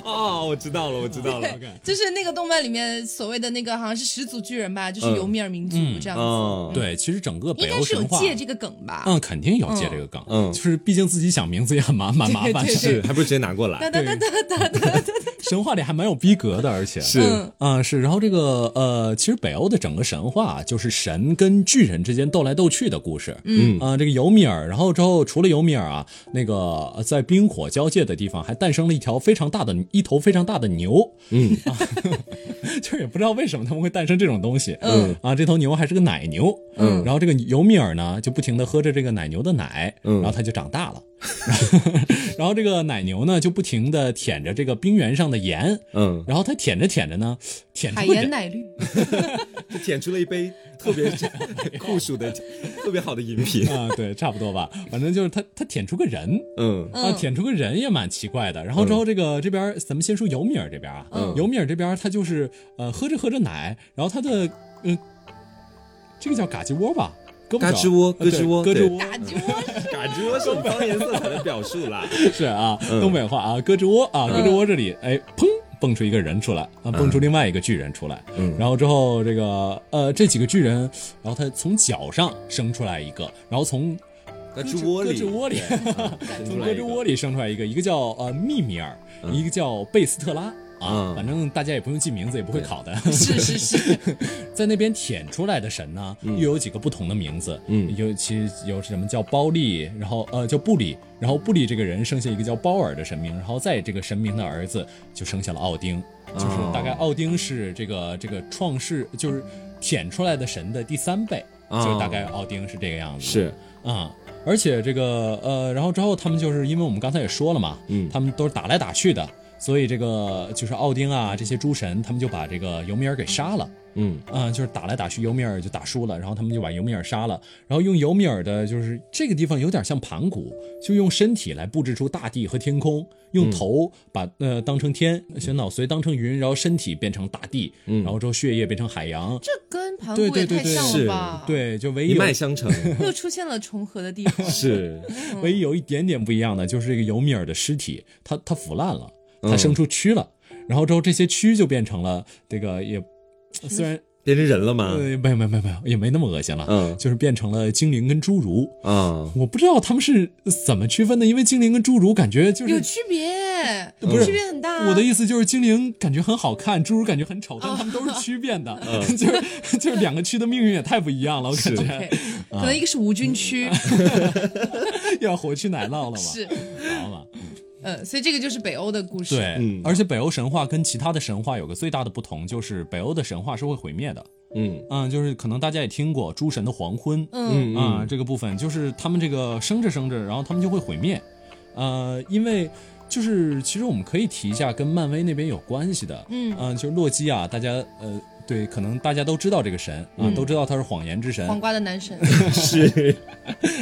B: 哦，我知道了，我知道了，
A: OK
C: 就是那个动漫里面所谓的那个好像是始祖巨人吧，就是
B: 嗯
C: 尤米尔民族这样子，
B: 嗯，，
A: 对，其实整个
C: 应
A: 北
C: 该
A: 欧
C: 是有
A: 神话，
C: 借这个梗吧？
A: 嗯，肯定有借这个梗，
B: 嗯
A: 就是毕竟自己想名字也很麻蛮麻烦的，
C: 对对
B: 是，还不如直接拿过
C: 哒
B: 来，
C: 哒哒哒哒哒，
A: 神话里还蛮有逼格的，而 且
B: 是
C: 嗯
A: 啊、是，然后这个呃，其实北欧的整个神话啊就是神跟巨人之间斗来斗去的故事。嗯啊、这个尤米尔，然后之后除了尤米尔啊，那个呃在冰火交界的地方还诞生了一条非常大的一头非常大的牛。嗯， 就是也不知道为什么他们会诞生这种东西。
C: 嗯
A: 啊，这头牛还是个奶牛。
B: 嗯
A: 然后这个尤米尔呢，就不停的喝着这个奶牛的奶，
B: 嗯
A: 然后它就长大了。 然后这个奶牛呢，就不停的舔着这个冰原上的盐，
B: 嗯，
A: 然后它舔着舔着呢，舔出
C: 海
A: 个人
C: 盐奶绿，
B: 就舔出了一杯特别酷暑的、特别好的饮品，
A: 啊、对，差不多吧，反正就是它它舔出个人。
B: 嗯
A: 啊，舔出个人也蛮奇怪的。然后之后这个、这边儿，咱们先说尤米尔这边啊，
C: 嗯
A: 尤米尔这边儿他就是呃喝着喝着奶，然后他的呃这个叫嘎吱窝吧，胳膊
B: 嘎
A: 肘
B: 吱窝
A: 啊
B: 咯吱
A: 对
B: 窝
A: 咯吱
B: 对
A: 窝，
C: 嘎 吱窝
B: 嘎吱窝是我们方言色彩的表述啦，
A: 是啊，
B: 嗯
A: 东北话啊，胳肢窝
C: 嗯
A: 啊，胳肢窝这里，哎，砰，蹦出一个人出来啊，蹦出另外一个巨人出来，
B: 嗯
A: 然后之后这个呃，这几个巨人，然后他从脚上生出来一个，然后从
B: 嘎吱窝里，
A: 胳肢窝里，从
B: 从
A: 胳肢窝里生出来一个，一个叫呃密米尔，一个叫贝斯特拉。啊，
B: 嗯
A: 反正大家也不用记名字，也不会考的。
C: 是是是，
A: 在那边舔出来的神呢，又有几个不同的名字，
B: 嗯
A: 尤其有什么叫包利，然后呃叫布里，然后布里这个人生下一个叫包尔的神明，然后在这个神明的儿子就生下了奥丁，就是大概奥丁是这个这个创世就是舔出来的神的第三倍，
B: 哦
A: 就是大概奥丁是这个样子，
B: 是，
A: 啊。而且这个呃，然后之后他们就是因为我们刚才也说了嘛，
B: 嗯
A: 他们都是打来打去的，所以这个就是奥丁啊这些诸神，他们就把这个尤米尔给杀了。
B: 嗯
A: 啊、就是打来打去，尤米尔就打输了，然后他们就把尤米尔杀了，然后用尤米尔的，就是这个地方有点像盘古，就用身体来布置出大地和天空，用头把呃当成天，选脑髓当成云，然后身体变成大地，然后之后血液变成海洋，
C: 这跟盘
A: 对
C: 古
A: 对
C: 也
A: 对
C: 太
A: 对
C: 像了
B: 是
C: 吧？，
A: 对，就唯一
B: 一
A: 有
B: 脉相承，
C: 又出现了重合的地 方，
B: 是，
C: 嗯
A: 唯一有一点点不一样的就是这个尤米尔的尸体，它它腐烂
C: 嗯
A: 了，它生出蛆了，然后之后这些蛆就变成了这个也虽然。
B: 变成人了吗？
A: 呃，没有没有没有没有，也没那么恶心了，
B: 嗯
A: 就是变成了精灵跟侏儒。
B: 啊，
A: 我不知道他们是怎么区分的，因为精灵跟侏儒感觉就
C: 有啊
A: 是
C: 区别，
A: 不是
C: 区别很大。
A: 我的意思就是，精灵感觉很好看，侏儒感觉很丑，但他们都是区变的， 就是就是两个区的命运也太不一样了，我感觉
C: OK，可
A: 啊
C: 能一个是无菌区，
A: 又要回去奶酪了嗯吧？
C: 是，
A: 好吧，
C: 嗯，所以这个就是嗯北欧的故事。
A: 对，而且北欧神话跟其他的神话有个最大的不同，就是北欧的神话是会毁灭的，
B: 嗯
A: 嗯，就是可能大家也听过诸神的黄昏，
C: 嗯，
A: 啊、这个部分就是他们这个生着生着，然后他们就会毁灭。呃，因为就是其实我们可以提一下跟漫威那边有关系的，
C: 嗯
A: 就是洛基啊，大家呃对，可能大家都知道这个神啊、
C: 嗯
A: 都知道他是谎言之神
C: 黄瓜的 男神，
B: 是，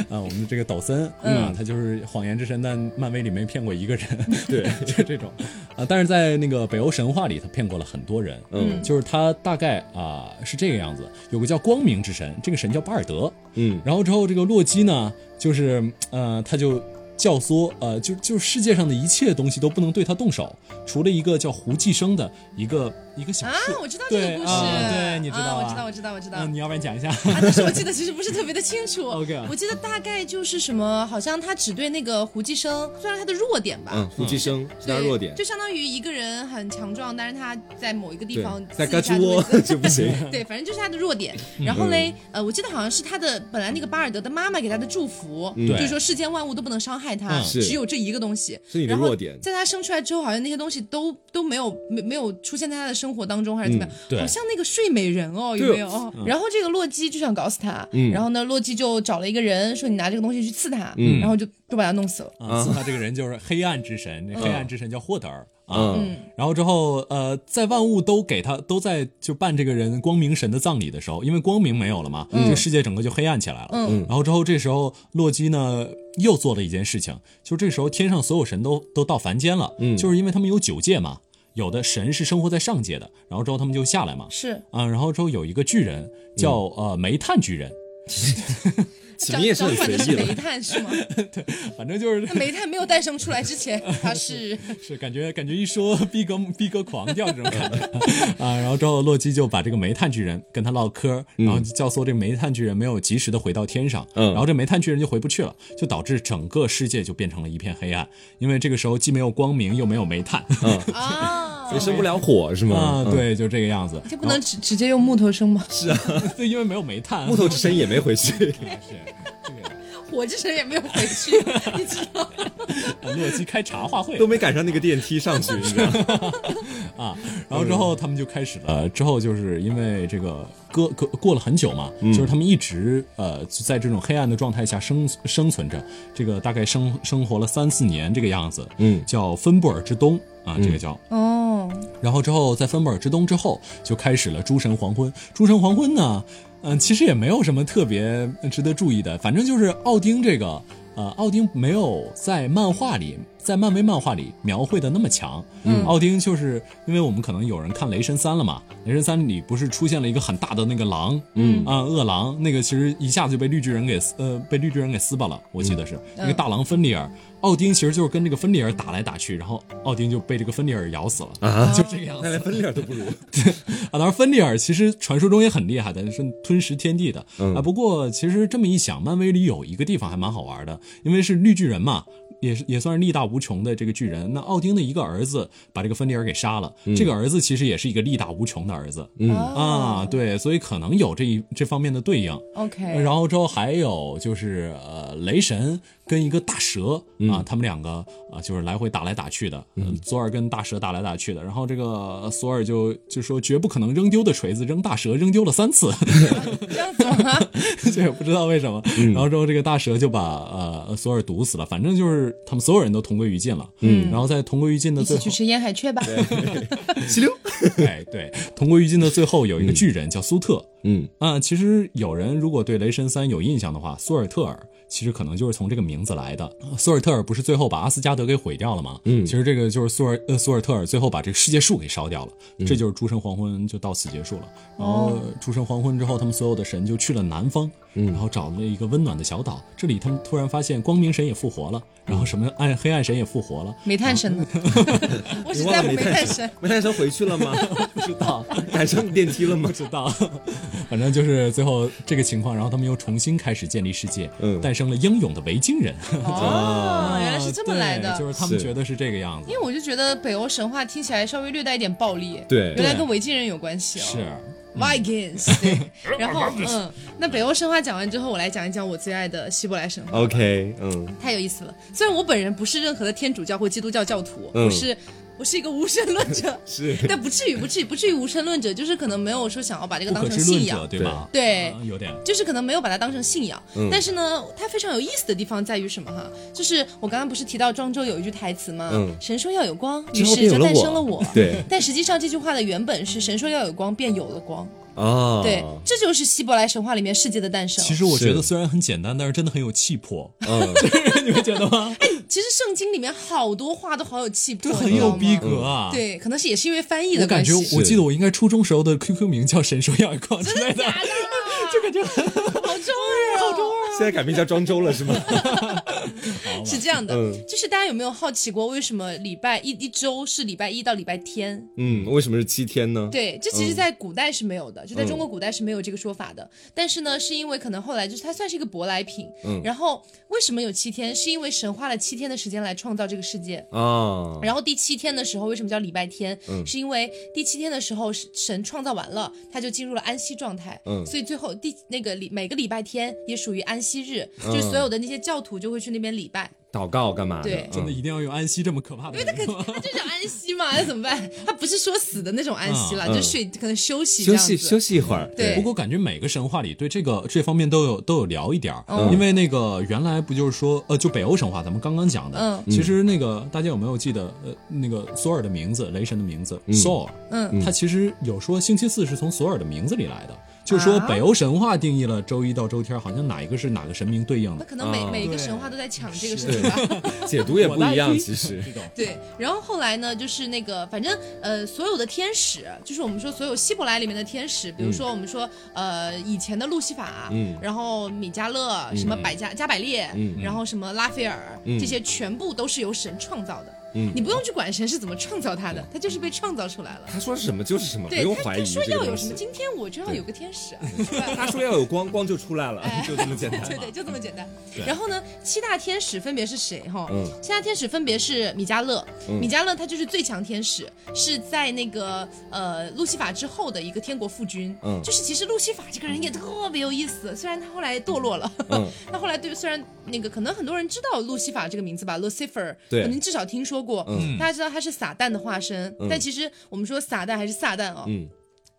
A: 啊、我们的这个抖森，
C: 嗯
A: 啊，他就是谎言之神，但漫威里没骗过一个人，
B: 对，
A: 就这种，啊、但是在那个北欧神话里，他骗过了很多人，
B: 嗯
A: 就是他大概啊、是这个样子，有个叫光明之神，这个神叫巴尔德，
B: 嗯
A: 然后之后这个洛基呢，就是呃，他就教唆呃，就就世界上的一切东西都不能对他动手，除了一个叫胡寄生的一个一个小
C: 啊
A: 树，，
C: 我知道这个故事，
A: 对啊对你知道啊
C: 啊我知道，我知道，我知道。
A: 啊你要不然讲一下？
C: 啊，但是我记得其实不是特别的清 楚。
A: OK 啊
C: 我记得大概就是什么，好像他只对那个胡姬生算是他的弱点吧。
B: 嗯，呼吸声是
C: 对
B: 他弱点，
C: 就相当于一个人很强壮，但是他在某一个地
B: 对
C: 方，
B: 在
C: 刺
B: 嘎
C: 一下
B: 吱
C: 就会
B: 窝 嗯
C: 死
B: 就不行，
C: 对，反正就是他的弱点。然后嘞，呃，我记得好像是他的本来那个巴尔德的妈妈给他的祝福，
A: 对
C: 就是说世间万物都不能伤害他，
A: 嗯
B: 嗯是
C: 只有这一个东西
B: 是你的
C: 然后
B: 弱点
C: 在他生出来之后，好像那些东西都都没有没没有出现在他的生活当中，还是怎么样？
A: 对
C: 好像那个睡美人哦，有
B: 嗯对嗯
C: 没有？然后这个洛基就想搞死他，然后呢，洛基就找了一个人说你拿这个东西去刺他，
B: 嗯
C: 然后就就把他弄死了。
A: 啊，斯他这个人就是黑暗之神，那黑暗之神叫霍德尔。啊，
B: 嗯
A: 然后之后，呃，在万物都给他都在就办这个人光明神的葬礼的时候，因为光明没有了嘛，这个世界整个就黑暗起来了。
C: 嗯
A: 然后之后这时候洛基呢又做了一件事情，就这时候天上所有神都都到凡间了，嗯，就是因为他们有九界嘛，有的神是生活在上界的，然后之后他们就下来嘛，
C: 是
A: 啊，然后之后有一个巨人叫、呃煤炭巨人，
B: 起
C: 掌
B: 名也是
C: 掌
B: 很
C: 管
B: 随
C: 的是
B: 意
C: 煤
B: 了，
C: 炭是吗？
A: 反正就是
C: 那煤炭没有诞生出来之前，他是
A: 是感觉感觉一说 逼哥逼哥狂掉这种感觉 啊，然后之后洛基就把这个煤炭巨人跟他唠嗑，然后教唆这个煤炭巨人没有及时的回到天上，
B: 嗯
A: 然后这煤炭巨人就回不去了，就导致整个世界就变成了一片黑暗，因为这个时候既没有光明又没有煤炭
B: 嗯
C: 啊
B: 所以，生不了火是吗
A: 啊，？对，就这个样子，
C: 这不能直直接用木头生吗？
A: 然后对，因为没有煤炭，
B: 木头之神也没回去，
A: 是这个样
C: 火之神也没有回去， 你知道吗？
A: 子呃洛基开茶话会
B: 都没赶上那个电梯上去，你知道吗？
A: 啊，然后之后他们就开始了，呃之后就是因为这个隔隔过了很久嘛，就是他们一直呃在这种黑暗的状态下生生存着，这个大概生生活了三四年这个样子，
B: 嗯
A: 叫芬布尔之冬啊，这个叫，
C: 哦，
A: 然后之后在芬布尔之冬之后就开始了诸神黄昏，诸神黄昏呢，嗯、其实也没有什么特别值得注意的，反正就是奥丁这个。呃，奥丁没有在漫画里，在漫威漫画里描绘的那么强。嗯，奥丁就是因为我们可能有人看《雷神三》了嘛，《雷神三》里不是出现了一个很大的那个狼，嗯啊、恶狼，那个其实一下子就被绿巨人给撕呃被绿巨人给撕巴了，我记得是、那个大狼芬里尔，奥丁其实就是跟这个芬里尔打来打去，然后奥丁就被这个芬里尔咬死了。
B: 啊，
A: 就这个样
B: 那
A: 子
B: 连分量都不如，
A: 啊。当然，芬利尔其实传说中也很厉害的，是吞食天地的、啊。不过其实这么一想，漫威里有一个地方还蛮好玩的，因为是绿巨人嘛。也是也算是力大无穷的这个巨人。那奥丁的一个儿子把这个芬利尔给杀了，这个儿子其实也是一个力大无穷的儿子、
C: 嗯哦
A: 啊，对，所以可能有这一这方面的对应。
C: ，OK，
A: 然后之后还有就是呃，雷神跟一个大蛇
C: 嗯
A: 啊，他们两个啊就是来回打来打去的，呃索尔跟大蛇打来打去的。然后这个索尔就就说绝不可能扔丢的锤子，扔大蛇扔丢了三 次，
C: 这样子吗？
A: 这也不知道为什么。
C: 嗯
A: 然后之后这个大蛇就把呃索尔毒死了，反正就是他们所有人都同归于尽了。嗯，然后在同归于尽的
C: 一
A: 最
C: 起
A: 后
C: 去，吃烟海雀吧。
B: 吸溜，
A: 哎对，同归于尽的最后有一个巨人叫苏特，
B: 嗯
A: 啊、其实有人如果对《雷神三》有印象的话，索尔特尔其实可能就是从这个名字来的。索尔特尔不是最后把阿斯加德给毁掉了吗？嗯，其实这个就是索尔呃索尔特尔最后把这个世界树给烧掉了，这就是诸神黄昏就到此结束了。然后诸神黄昏之后，他们所有的神就去了南方。然后找了一个温暖的小岛。这里他们突然发现光明神也复活了，然后什么暗黑暗神也复活了。
C: 煤炭神呢？我只
B: 你
C: 在
B: 忘了
C: 乎煤
B: 煤
C: 炭
B: 炭
C: 神
B: 神。，煤炭神回去 了吗？
A: 不知道，
B: 赶上电梯了吗
A: 不？知道， 反正就是最后这个情况，然后他们又重新开始建立世界，
B: 嗯
A: 诞生了英勇的维京人。
C: 哦，原来是这么来的
A: 对。就是他们
B: 是
A: 觉得是这个样子
C: 因。为我就觉得北欧神话听起来稍微略带一点暴力，
B: 对
C: 原来跟维京人有关系哦。
A: 是，啊
C: Vikings，对。然后，嗯，那北欧神话讲完之后，我来讲一讲我最爱的希伯来神话。
B: OK，嗯，
C: 太有意思了。虽然我本人不是任何的天主教或基督教教徒，
B: 嗯
C: 我是我是一个无神论者，
B: 是
C: 但不至于不至于不至于无神论者，就是可能没有说想要把这个
A: 不
C: 当
A: 可
C: 成
A: 知论
C: 信
A: 者，
C: 仰。
A: 对吧？
C: 对
A: 啊有点
C: 就是可能没有把它当成信仰，但是呢，它非常有意思的地方在于什么哈？就是我刚刚不是提到庄周有一句台词吗？
B: 嗯
C: 神说要有光，于
B: 之后
C: 是
B: 便
C: 就
B: 有了
C: 诞生了
B: 我
C: 我。
B: 对
C: 但实际上这句话的原本是神说要有光，便有了光。
B: 啊，
C: 对，这就是希伯来神话里面世界的诞生。
A: 其实我觉得
B: 是
A: 虽然很简单，但是真的很有气魄，
B: 嗯，
A: 你们觉得 吗？
C: 其实圣经里面好多话都好有气魄，
A: 这
C: 你
A: 很
C: 知道
A: 有
C: 吗
A: 逼格啊！。
C: 对，可能是也是因为翻译
A: 我
C: 的
A: 感
C: 关系
A: 觉，。我记得我应该初中时候的 QQ 名叫“神说要有光”之类的，
C: 假的，就感觉好
A: 啊
C: 中二、哦，好中二。
B: 现在改名叫庄周了是吗？
C: 是这样的，
B: 嗯
C: 就是大家有没有好奇过，为什么礼拜一一周是礼拜一到礼拜天？
B: 嗯，为什么是七天呢？
C: 对，这
A: 嗯
C: 其实在古代是没有的，就在中国古代是没有这个说法的。但是呢，是因为可能后来就是它算是一个舶来品。
B: 嗯
C: 然后为什么有七天？是因为神花了七天的时间来创造这个世界。
B: 啊，
C: 然后第七天的时候，为什么叫礼拜天？
B: 嗯
C: 是因为第七天的时候，神创造完了，他就进入了安息状态。
B: 嗯
C: 所以最后第那个礼每个礼拜天也属于安息日，
B: 嗯
C: 就是所有的那些教徒就会去那边礼 拜，
B: 祷告干嘛的？嗯
C: 对
A: 真的一定要用安息这么可怕的名字吗。
C: 这叫安息嘛？那怎么办？他不是说死的那种安息啦，
B: 嗯
C: 就睡可能休息这
B: 休
C: 样子。
B: 息休息一会儿。
C: 对
A: 不过感觉每个神话里对这个这方面都有都有聊一点儿，
C: 嗯
A: 因为那个原来不就是说，呃，就北欧神话咱们刚刚讲的，
C: 嗯
A: 其实那个大家有没有记得，呃，那个索尔的名字，雷神的名字、索 s o
C: 嗯，
A: 他其实有说星期四是从索尔的名字里来的，就是说
C: 啊
A: 北欧神话定义了周一到周天，好像哪一个是哪个神明对应
C: 那
A: 的。
C: 可能每、
B: 啊
C: 每个
A: 对
C: 神话都在抢这个事
A: 是
C: 情吧。
B: 解读也不一
A: 我
B: 样，
A: 来
B: 其实
A: 这种
C: 对，然后后来呢，就是那个，反正呃，所有的天使，就是我们说所有希伯来里面的天使，比如说我们说、呃以前的路西法，
B: 嗯
C: 然后米迦勒，什么百加加百列，
B: 嗯
C: 然后什么拉斐尔，
B: 嗯
C: 这些全部都是由神创造的，
B: 嗯
C: 你不用去管神是怎么创造它的，它就是被创造出来了。
B: 他说什么就是什么，不
C: 对
B: 用
C: 他，
B: 怀
C: 他
B: 疑
C: 说
B: 这
C: 要
B: 个
C: 有
B: 东
C: 什
B: 西。
C: 么，今天我就要有个天使啊，是吧
B: 他说要有光，光就出来了，就这么简单。
C: 哎 对对，就这么简单。然后呢，七大天使分别是谁哈？
B: 嗯
C: 七大天使分别是米迦勒，
B: 嗯
C: 米迦勒他就是最强天使，是在那个呃路西法之后的一个天国父君。
B: 嗯
C: 就是其实路西法这个人也特别有意思，虽然他后来堕落了，
B: 嗯
C: 他后来对虽然那个可能很多人知道路西法这个名字吧，Lucifer，
B: 对
C: 可能至少听说过。
B: 嗯
C: 大家知道他是撒旦的化身，
B: 嗯
C: 但其实我们说撒旦还是撒旦哦，
B: 嗯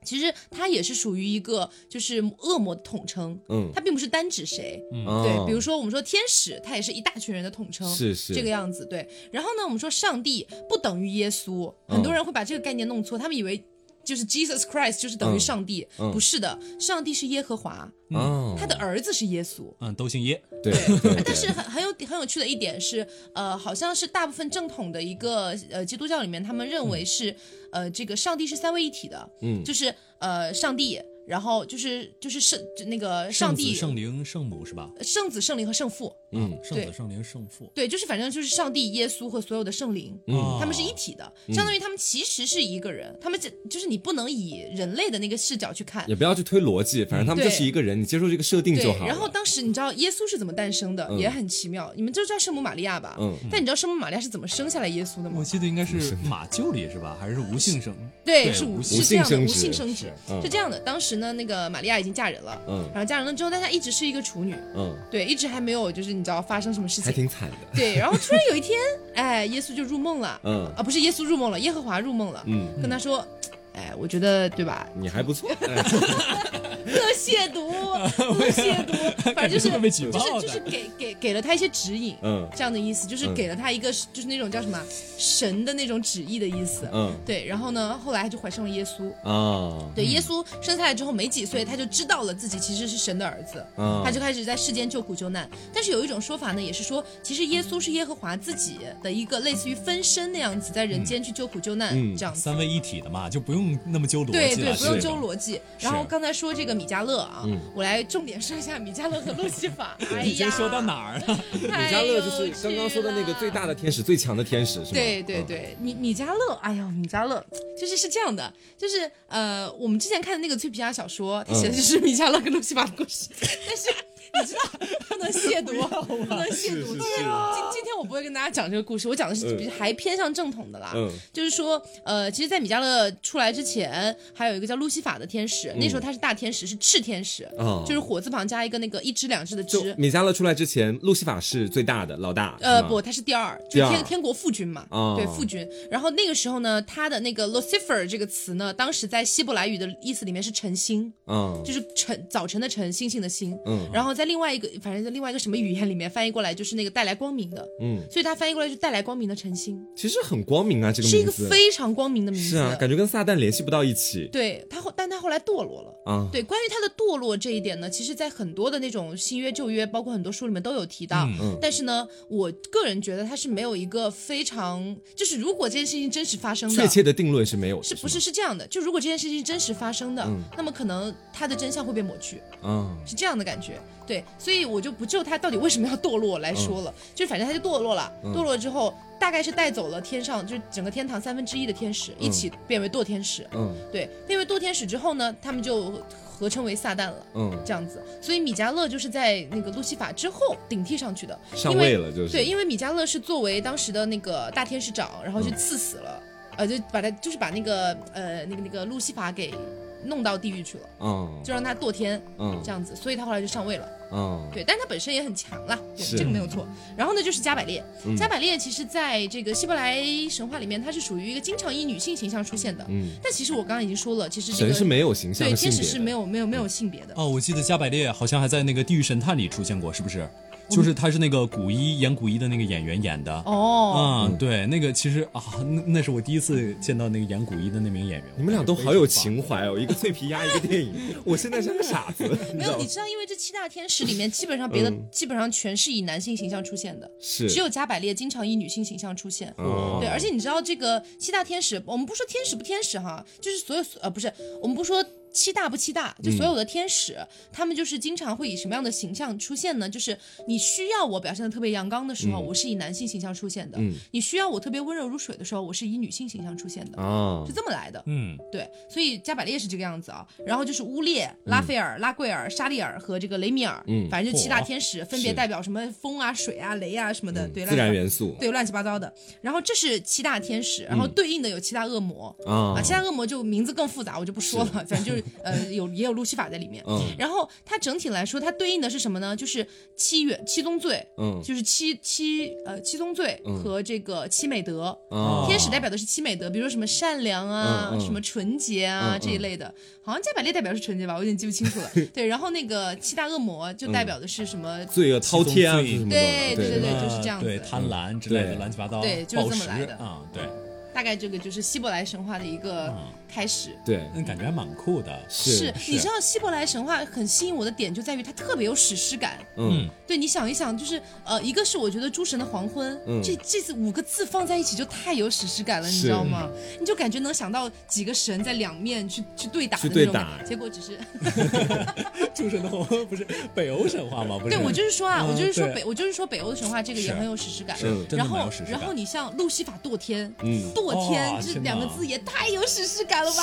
C: 其实他也是属于一个就是恶魔的统称，
B: 嗯
C: 他并不是单指谁，
B: 嗯，
C: 对，比如说我们说天使，它也是一大群人的统称，
B: 哦是是
C: 这个样子。对，然后呢，我们说上帝不等于耶稣，
B: 嗯
C: 很多人会把这个概念弄错，他们以为。就是 Jesus Christ 就是等于上帝，
B: 嗯嗯
C: 不是的，上帝是耶和华，
B: 哦，
C: 他的儿子是耶稣。
A: 嗯，都姓耶，
B: 对
C: 啊
B: 对，
C: 但是很很有很有趣的一点是，呃，好像是大部分正统的一个呃基督教里面，他们认为是、呃这个上帝是三位一体的，
B: 嗯
C: 就是呃上帝，然后就是就是圣就那个上
A: 圣子、
C: 帝、
A: 圣灵、圣母是吧？啊
C: 圣子、圣灵和圣父，
B: 嗯
A: 圣子、
C: 对
A: 圣灵、圣父，
C: 对，就是反正就是上帝、耶稣和所有的圣灵，
A: 嗯
C: 他们是一体的，
B: 嗯
C: 相当于他们其实是一个人，他们这就是你不能以人类的那个视角去看
B: 也。不要去推逻辑，反正他们就是一个人，你接受这个设定
C: 嗯对
B: 就好了。，
C: 然后当时你知道耶稣是怎么诞生的，
B: 嗯
C: 也很奇妙。你们就知道圣母玛利亚吧？
B: 嗯
C: 但你知道圣母玛利亚是怎么生下来耶稣的吗
A: 我？记得应该是马厩里是吧？还是无 性生？
C: 对，
A: 对
C: 是
A: 无
C: 是
B: 性
C: 这样的，
B: 生
C: 无
B: 殖
C: 性生殖
B: 是嗯
C: 是这样的。当时呢，那个玛利亚已经嫁人了，
B: 嗯
C: 然后嫁人了之后，但她一直是一个处女，
B: 嗯，
C: 对，一直还没有就是你知道发生什么事
B: 还
C: 情。
B: 挺惨的。
C: 对，然后突然有一天，哎，耶稣就入梦了，
B: 嗯
C: 啊，不是耶稣入梦了，耶和华入梦了，
B: 嗯，
C: 跟他说，哎，我觉得对吧？
B: 你还不错，
C: 恶亵渎，恶亵渎，反正就
A: 感觉
C: 是
A: 哎会被举
C: 就
A: 报
C: 是
A: 的
C: 就是给给给了他一些指引，
B: 嗯
C: 这样的意思，就是
B: 嗯
C: 给了他一个就是那种叫什么神的那种旨意的意思。
B: 嗯
C: 对，然后呢，后来他就怀上了耶稣。
B: 啊
C: 对，耶稣生下来之后没几岁，他就知道了自己其实是神的儿子，
B: 啊
C: 他就开始在世间救苦救难。但是有一种说法呢，也是说，其实耶稣是耶和华自己的一个类似于分身那样子，在人间去救苦救难、
B: 嗯
C: 这样子。
A: 三位一体的嘛，就不用那么揪逻辑了。
C: 对对，
A: 是
C: 不用
A: 吧
C: 周逻辑。然后刚才说这个米迦勒啊，
B: 嗯
C: 我来重点说一下米迦勒和路西 法。哎
A: 已经
C: 呀，
A: 说到哪儿 了？
C: 米
B: 米迦勒就是
C: 哎
B: 刚刚说的那个最大的天使、最强的天使，是吗？嗯
C: 对对对，米米迦勒，哎呦，米迦勒就是是这样的，就是呃，我们之前看的那个脆皮鸭小说，它写的就是米迦勒跟路西法的 故事，但是。你知道不能亵渎，不能亵
B: 啊是
C: 渎。
B: 是
C: 今
B: 是
C: 天今今天我不会跟大家讲这个故事，我讲的是
B: 嗯
C: 比还偏向正统的啦。
B: 嗯
C: 就是说，呃，其实，在米迦勒出来之前，还有一个叫路西法的天使，
B: 嗯
C: 那时候他是大天使，是炽天使，
B: 哦
C: 就是火字旁加一个那个一只两只的
B: 就
C: 只。
B: 米迦勒出来之前，路西法是最大的老大，
C: 呃，
B: 是吗
C: 不，，他是第二，
B: 第
C: 就
B: 二
C: 是天天国父君嘛，
B: 哦
C: 对父君。然后那个时候呢，他的那个 Lucifer 这个词呢，当时在希伯来语的意思里面是晨星，
B: 嗯
C: 就是晨早晨的晨，星星的星。
B: 嗯
C: 然后在另外一个，反正在另外一个什么语言里面翻译过来就是那个带来光明的，
B: 嗯，
C: 所以他翻译过来就是带来光明的晨星，
B: 其实很光明啊，这个
C: 是一
B: 名
C: 个
B: 字
C: 非常光明的名字。
B: 是啊，感觉跟撒旦联系不到一起
C: 对他后，但他后来堕落了。
B: 啊。
C: 对，关于他的堕落这一点呢，其实，在很多的那种新约、旧约，包括很多书里面都有提到。
B: 嗯
A: 嗯
C: 但是呢，我个人觉得他是没有一个非常，就是如果这件事情真实发生
B: 确
C: 的，
B: 切的定论是没有的，
C: 是不是
B: 吗？
C: 是这样的？就如果这件事情真实发生的，
B: 嗯
C: 那么可能他的真相会被抹去，
B: 啊，
C: 是这样的感觉。对，所以我就不就他到底为什么要堕落来说了，
B: 嗯
C: 就反正他就堕落了，堕落之后大概是带走了天上就是整个天堂三分之一的天使，一起变为堕天使。
B: 嗯
C: 对，变为堕天使之后呢，他们就合称为撒旦了。
B: 嗯，
C: 这样子，所以米迦勒就是在那个路西法之后顶替上去的，
B: 上
C: 因
B: 位
C: 为
B: 了就是
C: 对，因为米迦勒是作为当时的那个大天使长，然后就赐死了，
B: 嗯
C: 呃，就把他就是把那个呃那个那个路西法给弄到地狱去了，
B: 嗯
C: 就让他堕天
B: 嗯
C: 这样子，所以他后来就上位了。
B: 嗯，
C: 对，但是他本身也很强啦，对
B: 是嗯
C: 这个没有错。然后呢，就是加百列，加百列其实在这个希伯来神话里面，它是属于一个经常以女性形象出现的。嗯，但其实我刚刚已经说了，其实这
B: 神
C: 个
B: 是没有形象
C: 对
B: 和性
C: 天
B: 别
C: 使是
B: 的，嗯
C: 没有没有没有性别的。
A: 哦，我记得加百列好像还在那个《地狱神探》里出现过，是不是？就是他是那个古一演古一的那个演员演的。
C: 哦，
A: 啊、对，那个其实啊，那那是我第一次见到那个演古一的那名演员。
B: 你们俩都好有情怀哦，一个脆皮鸭，一个 电影，我现在像个傻子，你
C: 没
B: 知
C: 有，
B: 道嗯
C: 你
B: 吗？
C: 知道，因为这七大天使里面，基本上别的、基本上全是以男性形象出现的，
B: 是
C: 只有加百列经常以女性形象出现。
B: 哦
C: 对，而且你知道这个七大天使，我们不说天使不天使哈，就是所有呃不是，我们不说七大不七大，就
B: 嗯
C: 所有的天使，他们就是经常会以什么样的形象出现呢？就是你需要我表现的特别阳刚的时
B: 嗯
C: 候，我是以男性形象出现的；你需要我特别温柔如水的时候，我是以女性形象出现的，
B: 啊
C: 是，这么来的。
A: 嗯，
C: 对，所以加百列是这个样子啊，然后就是乌列、拉斐尔、拉贵尔、沙利尔和这个雷米尔，
B: 嗯
C: 反正就七大天使，分别
B: 是嗯
C: 代表什么风啊、水啊、雷啊什么的，对，
B: 自然
C: 乱七八
B: 元素
C: 对乱七八糟的。然后这是七大天使，然后对应的有七大恶魔、
B: 嗯啊
C: 啊，七大恶魔就名字更复杂，我就不说了，反正就是呃有也有路西法在里面。
B: 嗯
C: 然后它整体来说，它对应的是什么呢？就是七元七宗罪，
B: 嗯
C: 就是七七呃七宗罪和这个七美德。
B: 啊，
C: 天使代表的是七美德，比如说什么善良啊、
B: 嗯嗯
C: 什么纯洁啊、
B: 嗯嗯
C: 这一类的。好像加百列代表是纯洁吧，我有点记不清 楚了。对，然后那个七大恶魔
B: 嗯
C: 就代表的是什么？
B: 罪恶滔天啊，
A: 七宗罪
B: 什么的
C: 对对对
B: 对
A: 啊
C: 就是这样子
A: 对，贪婪之类的
B: 对
A: 乱七八糟，
C: 对就是这么来的
A: 啊、嗯，对，
C: 大概这个就是希伯来神话的一个开始。
B: 对，
A: 那感觉还蛮酷的。
C: 是
B: 嗯是，
C: 你知道希伯来神话很吸引我的点就在于它特别有史诗感。
B: 嗯
C: 对，你想一想，就是呃，一个是我觉得《诸神的黄昏》
B: 嗯
C: 这这次五个字放在一起就太有史诗感了，你
B: 是
C: 知道吗？你就感觉能想到几个神在两面去去对打的
B: 去
C: 那
B: 对
C: 种感觉
B: 打
C: 结果只是。
A: 诸神的黄昏不是北欧神话吗？不是，
C: 对，我就是说啊，
A: 嗯
C: 我就是说
A: 对
C: 北，我就是说北欧的神话这个也
A: 是
C: 很有史诗感。
A: 是真的
C: 然
A: 蛮有
C: 后
A: 史诗，感
C: 然后你像路西法堕天，
B: 嗯
C: 堕天
A: 哦
C: 这
A: 天
C: 两个
A: 哪
C: 字也太有史诗感了
A: 哦
C: 吧？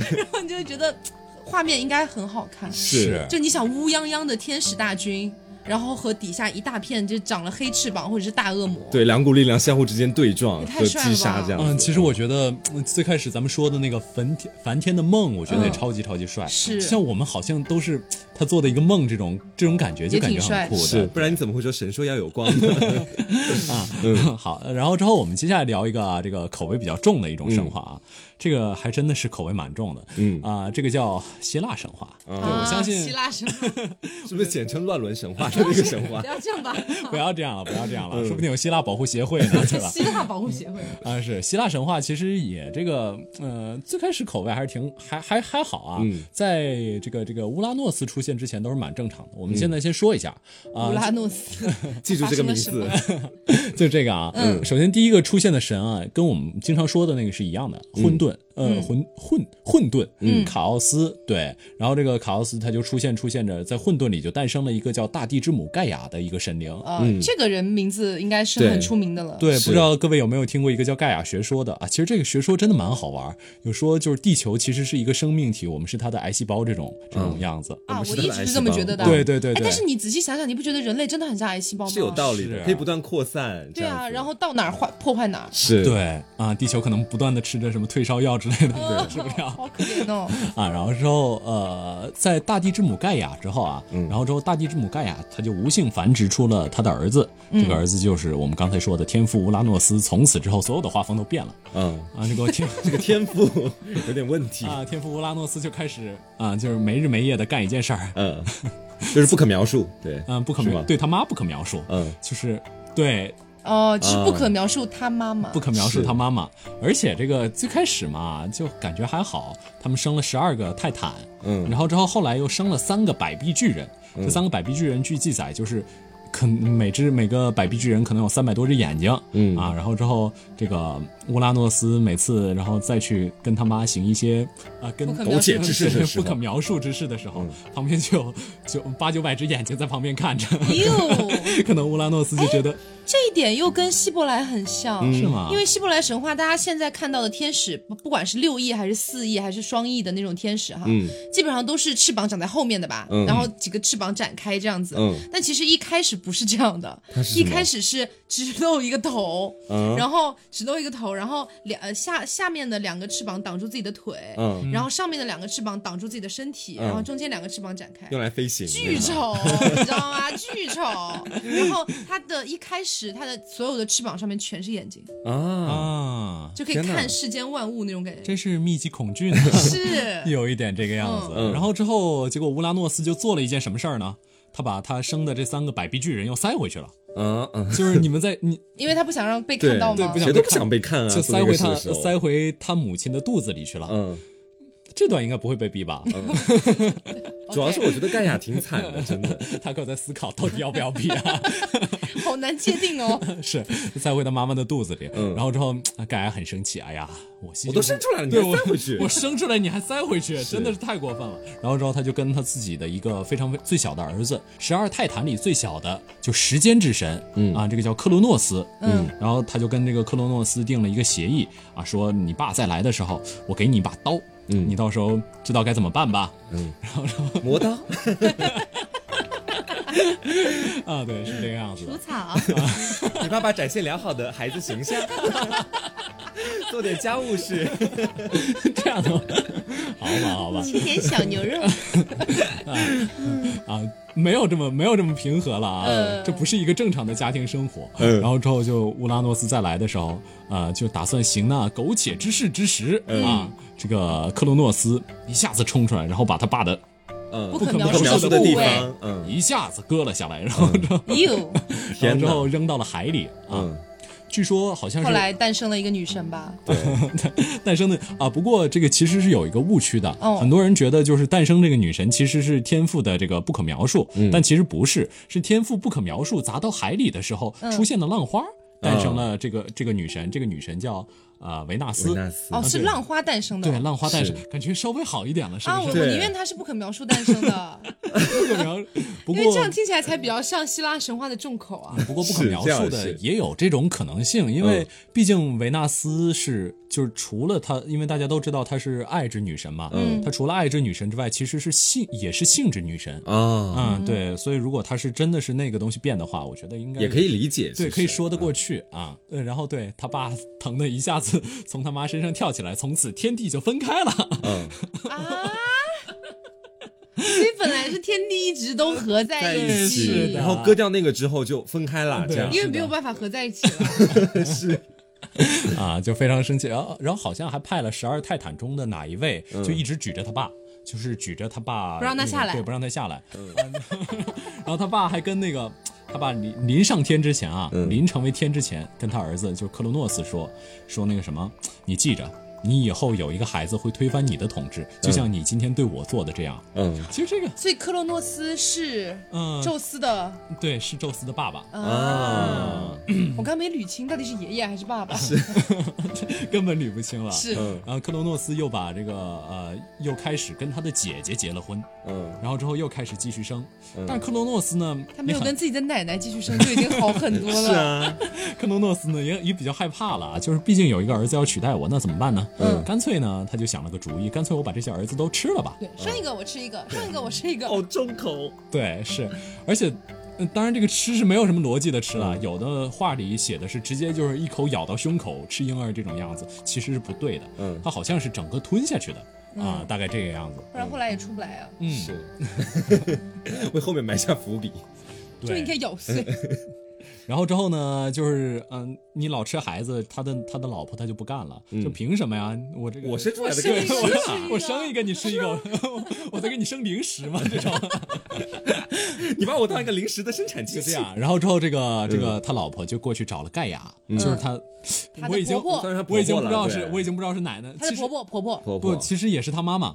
B: 是
C: 然后你就会觉得画面应该很好看。
A: 是
C: 就你想乌泱泱的天使大军，然后和底下一大片就长了黑翅膀或者是大恶魔。
B: 对，两股力量相互之间对撞
C: 也太
B: 和
C: 帅了
B: 击杀
C: 吧
B: 这样子。
A: 嗯，其实我觉得嗯最开始咱们说的那个梵天梵天的梦，我觉得也超级超级帅。
C: 是
A: 像我们好像都是他做的一个梦，这种这种感觉就
C: 也
A: 感
C: 挺
A: 觉很
C: 帅
A: 酷
B: 是，
A: 的。
B: 不然你怎么会说神说要有光呢？
A: 好，然后之后我们接下来聊一个啊，这个口味比较重的一种神话啊，这个还真的是口味蛮重的。嗯啊、这个叫希腊神话。对，
C: 啊
A: 我相信
C: 希腊神话，
B: 是不是简称乱伦神话的那个神话
C: 不？要这样吧。
A: 不要这样了，不要这样了，说不定有希腊保护协会呢，对吧？
C: 希腊保护协会，
A: 啊，是希腊神话，其实也这个，呃，最开始口味还是挺还还还好啊，在这个这个乌拉诺斯出现之前都是蛮正常的。我们现在先说一下啊、
C: 乌拉诺斯，
B: 记住这个名
C: 发生
B: 字
C: 了，嗯
A: 就这个啊，首先第一个出现的神啊，跟我们经常说的那个是一样的，混沌，
C: 嗯
A: 呃，混混混沌，嗯，卡奥斯，对，然后这个卡奥斯他就出现出现着，在混沌里就诞生了一个叫大地之母盖亚的一个神灵。
C: 啊，这个人名字应该啊是很出名的了。
A: 嗯对，不知道各位有没有听过一个叫盖亚学说的啊？其实这个学说真的蛮好玩儿，有说就是地球其实是一个生命体，我们是它的癌细胞这种这种样子。
B: 我
C: 啊，我
B: 们是
C: 一直是这么觉得的。
B: 嗯
A: 对对对
C: 哎，
A: 对，
C: 但是你仔细想想，你不觉得人类真的很像癌细胞吗？
B: 是有道理
A: 是
B: 的，
A: 啊
B: 可以不断扩散。
C: 对
B: 这样
C: 啊，
B: 子
C: 然后到哪儿坏破坏哪儿，
B: 是
A: 对啊，地球可能不断的吃着什么退烧药之类的，
C: 哦
A: 对，吃不了
C: 呃 好可怜哦。
A: 啊。然后之后呃，在大地之母盖亚之后啊，
C: 嗯
A: 然后之后大地之母盖亚她就无性繁殖出了她的儿子，
C: 嗯
A: 这个儿子就是我们刚才说的天赋乌拉诺斯。从此之后，所有的画风都变了
B: 嗯，
A: 啊，这个天。
B: 这个天赋 有点问题，
A: 啊，天赋乌拉诺斯就开始啊，就是没日没夜的干一件事儿，
B: 嗯，就是不可描述，对，
A: 嗯，不可
B: 是
A: 描，
B: 吗
A: 对他妈不可描述，
B: 嗯，
A: 就是对
C: 哦，是不可描述他妈妈
A: 不。可描述
B: 是
A: 他妈妈，而且这个最开始嘛，就感觉还好，他们生了十二个泰坦，
B: 嗯
A: 然后之后后来又生了三个百臂巨人，这三个百臂巨人据记载就是。可能每只每个百臂巨人可能有三百多只眼睛，
B: 嗯
A: 啊，然后之后这个乌拉诺斯每次然后再去跟他妈行一些啊、跟
C: 不可
B: 苟且之事的时
A: 不
B: 候嗯
A: 可描述之事的时候，旁边就有就八九百只眼睛在旁边看着，
C: 哟，
A: 可能乌拉诺斯就觉得、
C: 这一点又跟希伯来很像，
B: 嗯
A: 是吗？
C: 因为希伯来神话，大家现在看到的天使，不不管是六翼还是四翼还是双翼的那种天使哈，
B: 嗯
C: 基本上都是翅膀长在后面的吧，
B: 嗯
C: 然后几个翅膀展开这样子。
B: 嗯
C: 但其实一开始不是这样的，
B: 是
C: 一
B: 什么
C: 开始是只露一个头，
B: 嗯
C: 然后只露一个头，然后两呃下下面的两个翅膀挡住自己的腿，
B: 嗯，
C: 然后上面的两个翅膀挡住自己的身体，
B: 嗯
C: 然后中间两个翅膀展开。
B: 用来飞行，
C: 巨
B: 对吧
C: 丑，你知道吗？巨丑。然后它的一开始，它的所有的翅膀上面全是眼睛，
B: 啊，
A: 啊，
C: 就可以
B: 天哪
C: 看世间万物那种感觉。
A: 真是密集恐 惧呢。
C: 是，
A: 有一点这个样子。
B: 嗯
A: 然后之后，结果乌拉诺斯就做了一件什么事儿呢？他把他生的这三个百臂巨人又塞回 去了，
B: 嗯嗯，
A: 就是你们在你
C: 因为它不想让被看
B: 对
C: 到
A: 对
C: 吗
A: 不？想
B: 谁都
A: 被
B: 不
A: 看
B: 想被看啊，
A: 就
B: 做
A: 塞
B: 这个
A: 回
B: 事
A: 他
B: 的时候
A: 塞，回他母亲的肚子里去了。
B: 嗯。
A: 这段应该不会被逼吧？
B: 主要是我觉得盖亚挺惨的，真的。
A: 他可在思考到底要不要逼啊？
C: 好难界定哦。
A: 是塞回他妈妈的肚子里，然后之后啊盖亚很生气，哎呀，我心
B: 嗯我都生出来了，你
A: 对
B: 还
A: 我
B: 塞回去
A: 我？生出来你还塞回去，真的是太过分了。然后之后他就跟他自己的一个非常非最小的儿子，十二泰坦里最小的就时间之神，嗯啊，这个叫克罗诺斯，
C: 嗯，
A: 然后他就跟这个克罗诺斯定了一个协议啊，说你爸再来的时候，我给你一把刀，嗯，你到时候知道该怎么办 吧？
B: 磨刀，
A: 啊，对，是这个样子的
C: 除。草，
B: 你爸爸展现良好的孩子形象， 做点家务事。
A: 这样的吗，好吧，好吧，
C: 今天小牛 肉。
A: 啊，没有这么没有这么平和了啊，
C: 嗯
A: 这不是一个正常的家庭生活。
B: 嗯
A: 然后之后就乌拉诺斯再来的时候，呃，就打算行那苟且之事之时、啊，
B: 嗯
A: 这个克罗诺斯一下子冲出来，然后把他爸的
B: 嗯，
C: 不
A: 不可
C: 可
A: 描
B: 不可
A: 述
B: 描
A: 的
B: 述的地
C: 部位
B: 方，嗯，
A: 一下子割了下来，然后之后、
C: 哟，
A: 然后
B: 天
A: 之
B: 哪，
A: 后扔到了海里啊。
B: 嗯，
A: 据说好像
C: 后
A: 是
C: 来诞生了一个女神吧？
A: 诞生的啊，不过这个其实是有一个误区的，
C: 哦
A: 很多人觉得就是诞生这个女神其实是天赋的这个不可描述，
B: 嗯
A: 但其实不是，是天赋不可描述砸到海里的时候、
C: 嗯
A: 出现的浪花诞生了这个、这个女神，这个女神叫呃维纳斯，
B: 维纳斯
C: 哦，是浪花诞生的。
A: 对浪花诞生
B: 是，
A: 感觉稍微好一点了，是
C: 啊，我
A: 不
C: 我
A: 是？
B: 对
C: 宁愿它是不可描述诞生的，
A: 不可描， 不
C: 因为这
A: 过
C: 样听起来才比较像希腊神话的重 口啊。
A: 不过不可描
B: 是这样
A: 述的
B: 是
A: 也有这种可能性，因为
B: 嗯
A: 毕竟维纳斯是就是除了她，因为大家都知道她是爱之女神嘛，
C: 嗯
A: 她除了爱之女神之外，其实是性也是性之女神。
B: 啊，
A: 嗯，对，所以如果她是真的是那个东西变的话，我觉得应该
B: 也可以理解，
A: 对，
B: 嗯其实
A: 可以说得过去啊。呃，然后对他爸疼的一下子从他妈身上跳起来，从此天地就分开了。
B: 嗯，
C: 啊，所以本来是天地一直都合在
B: 在
C: 一
B: 一
C: 起，
A: 是的
B: 起，然后割掉那个之后就分开了，
A: 对
B: 这样
C: 因为没有办法合在一起了。
A: 啊，就非常生气。然后，然后好像还派了十二泰坦中的哪一位，就一直举着他爸，就是举着他爸，
C: 不让他
A: 那个
C: 下来
A: 对，不让他下来。然后他爸还跟那个他爸临临上天之前啊，临成为天之前，跟他儿子就是克罗诺斯说说那个什么，你记着。你以后有一个孩子会推翻你的统治，就像你今天对我做的这样。
B: 嗯
A: 其实这个，
C: 所以克洛诺斯是
A: 嗯
C: 宙斯的
A: 对，是宙斯的爸爸，
C: 啊。
B: 啊，
C: 我刚没捋清到底是爷爷还是爸爸。
A: 根本捋不清了。
C: 嗯是
B: 嗯
A: 然后克罗诺斯又把这个呃，又开始跟他的姐姐结了婚，
B: 嗯，
A: 然后之后又开始继续生。但是克罗诺斯呢，
C: 他没有
A: 也
C: 跟
A: 很
C: 自己的奶奶继续生，就已经好很多了。
B: 是啊，
A: 克罗诺斯呢也也比较害怕了啊，就是毕竟有一个儿子要取代我，那怎么办呢？
C: 嗯
A: 干脆呢他就想了个主意，干脆我把这些儿子都吃了吧。
B: 嗯
C: 对，上一个我吃一个，上一个我吃一个。
A: 哦
B: 好重口，
A: 对，是，而且。嗯当然，这个吃是没有什么逻辑的吃
B: 嗯
A: 了。有的话里写的是直接就是一口咬到胸口吃婴儿这种样子，其实是不对的。
B: 嗯
A: 它好像是整个吞下去的
C: 嗯
A: 啊、大概这个样子。
C: 不然后来也出不来啊，
A: 嗯，
B: 是， 为后面埋下伏笔，
C: 就应
A: 对哎
C: 该。咬 碎。
A: 然后之后呢，就是嗯，你老吃孩子，他的他的老婆他就不干了，就凭什么呀？我这个
B: 嗯我生出来的
C: 我
B: 更
C: 生出
A: 我
C: 来
B: 是
C: 的
B: 啊，
A: 我生一个你吃一个，我 我再给你生零食嘛，这种
B: 你把我当一个临时的生产机
A: 就这
B: 器，
A: 样。然嗯后之后这个这个他老婆就过去找了盖亚，就是他，
C: 她的
A: 嗯我已经
C: 婆婆
B: 算是她
A: 我已经
B: 婆
A: 不
B: 婆
A: 知
B: 了
A: 道是
B: 对
A: 我已经不知道是奶奶，
C: 她
A: 其
C: 的
A: 实
C: 婆婆婆婆
B: 婆
A: 不，
B: 婆，
A: 其实也是他妈妈。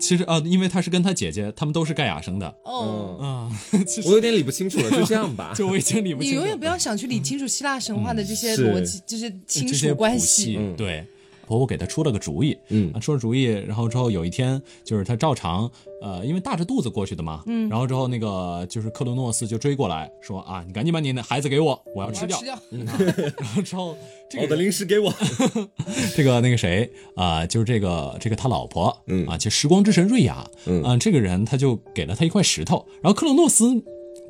A: 其实啊，因为他是跟他姐姐，他们都是盖亚生 的
C: 哦，
B: 嗯，
A: 啊。其
B: 我
A: 实
B: 有点理不清楚了，就这样吧，
A: 就我已经理不
C: 你
A: 清楚嗯
C: 永远不要想去理清楚希腊神话的这些
B: 嗯是
C: 逻辑，就是亲
A: 这些
C: 属关
A: 谱
C: 系。
B: 嗯
A: 对，婆婆给她出了个主意，
B: 嗯
A: 啊，出了主意，然后之后有一天就是她照常，呃，因为大着肚子过去的嘛，嗯，然后之后那个就是克罗诺斯就追过来说啊，你赶紧把你的孩子给我，我要
C: 我
A: 吃
C: 要
A: 掉嗯
C: 吃。掉，
A: 然后之后这
B: 把我
A: 个
B: 的零食给我，
A: 这个那个谁啊、就是这个这个他老婆，
B: 嗯
A: 啊，就时光之神瑞亚，啊
B: 嗯
A: 这个人他就给了他一块石头，然后克罗诺斯。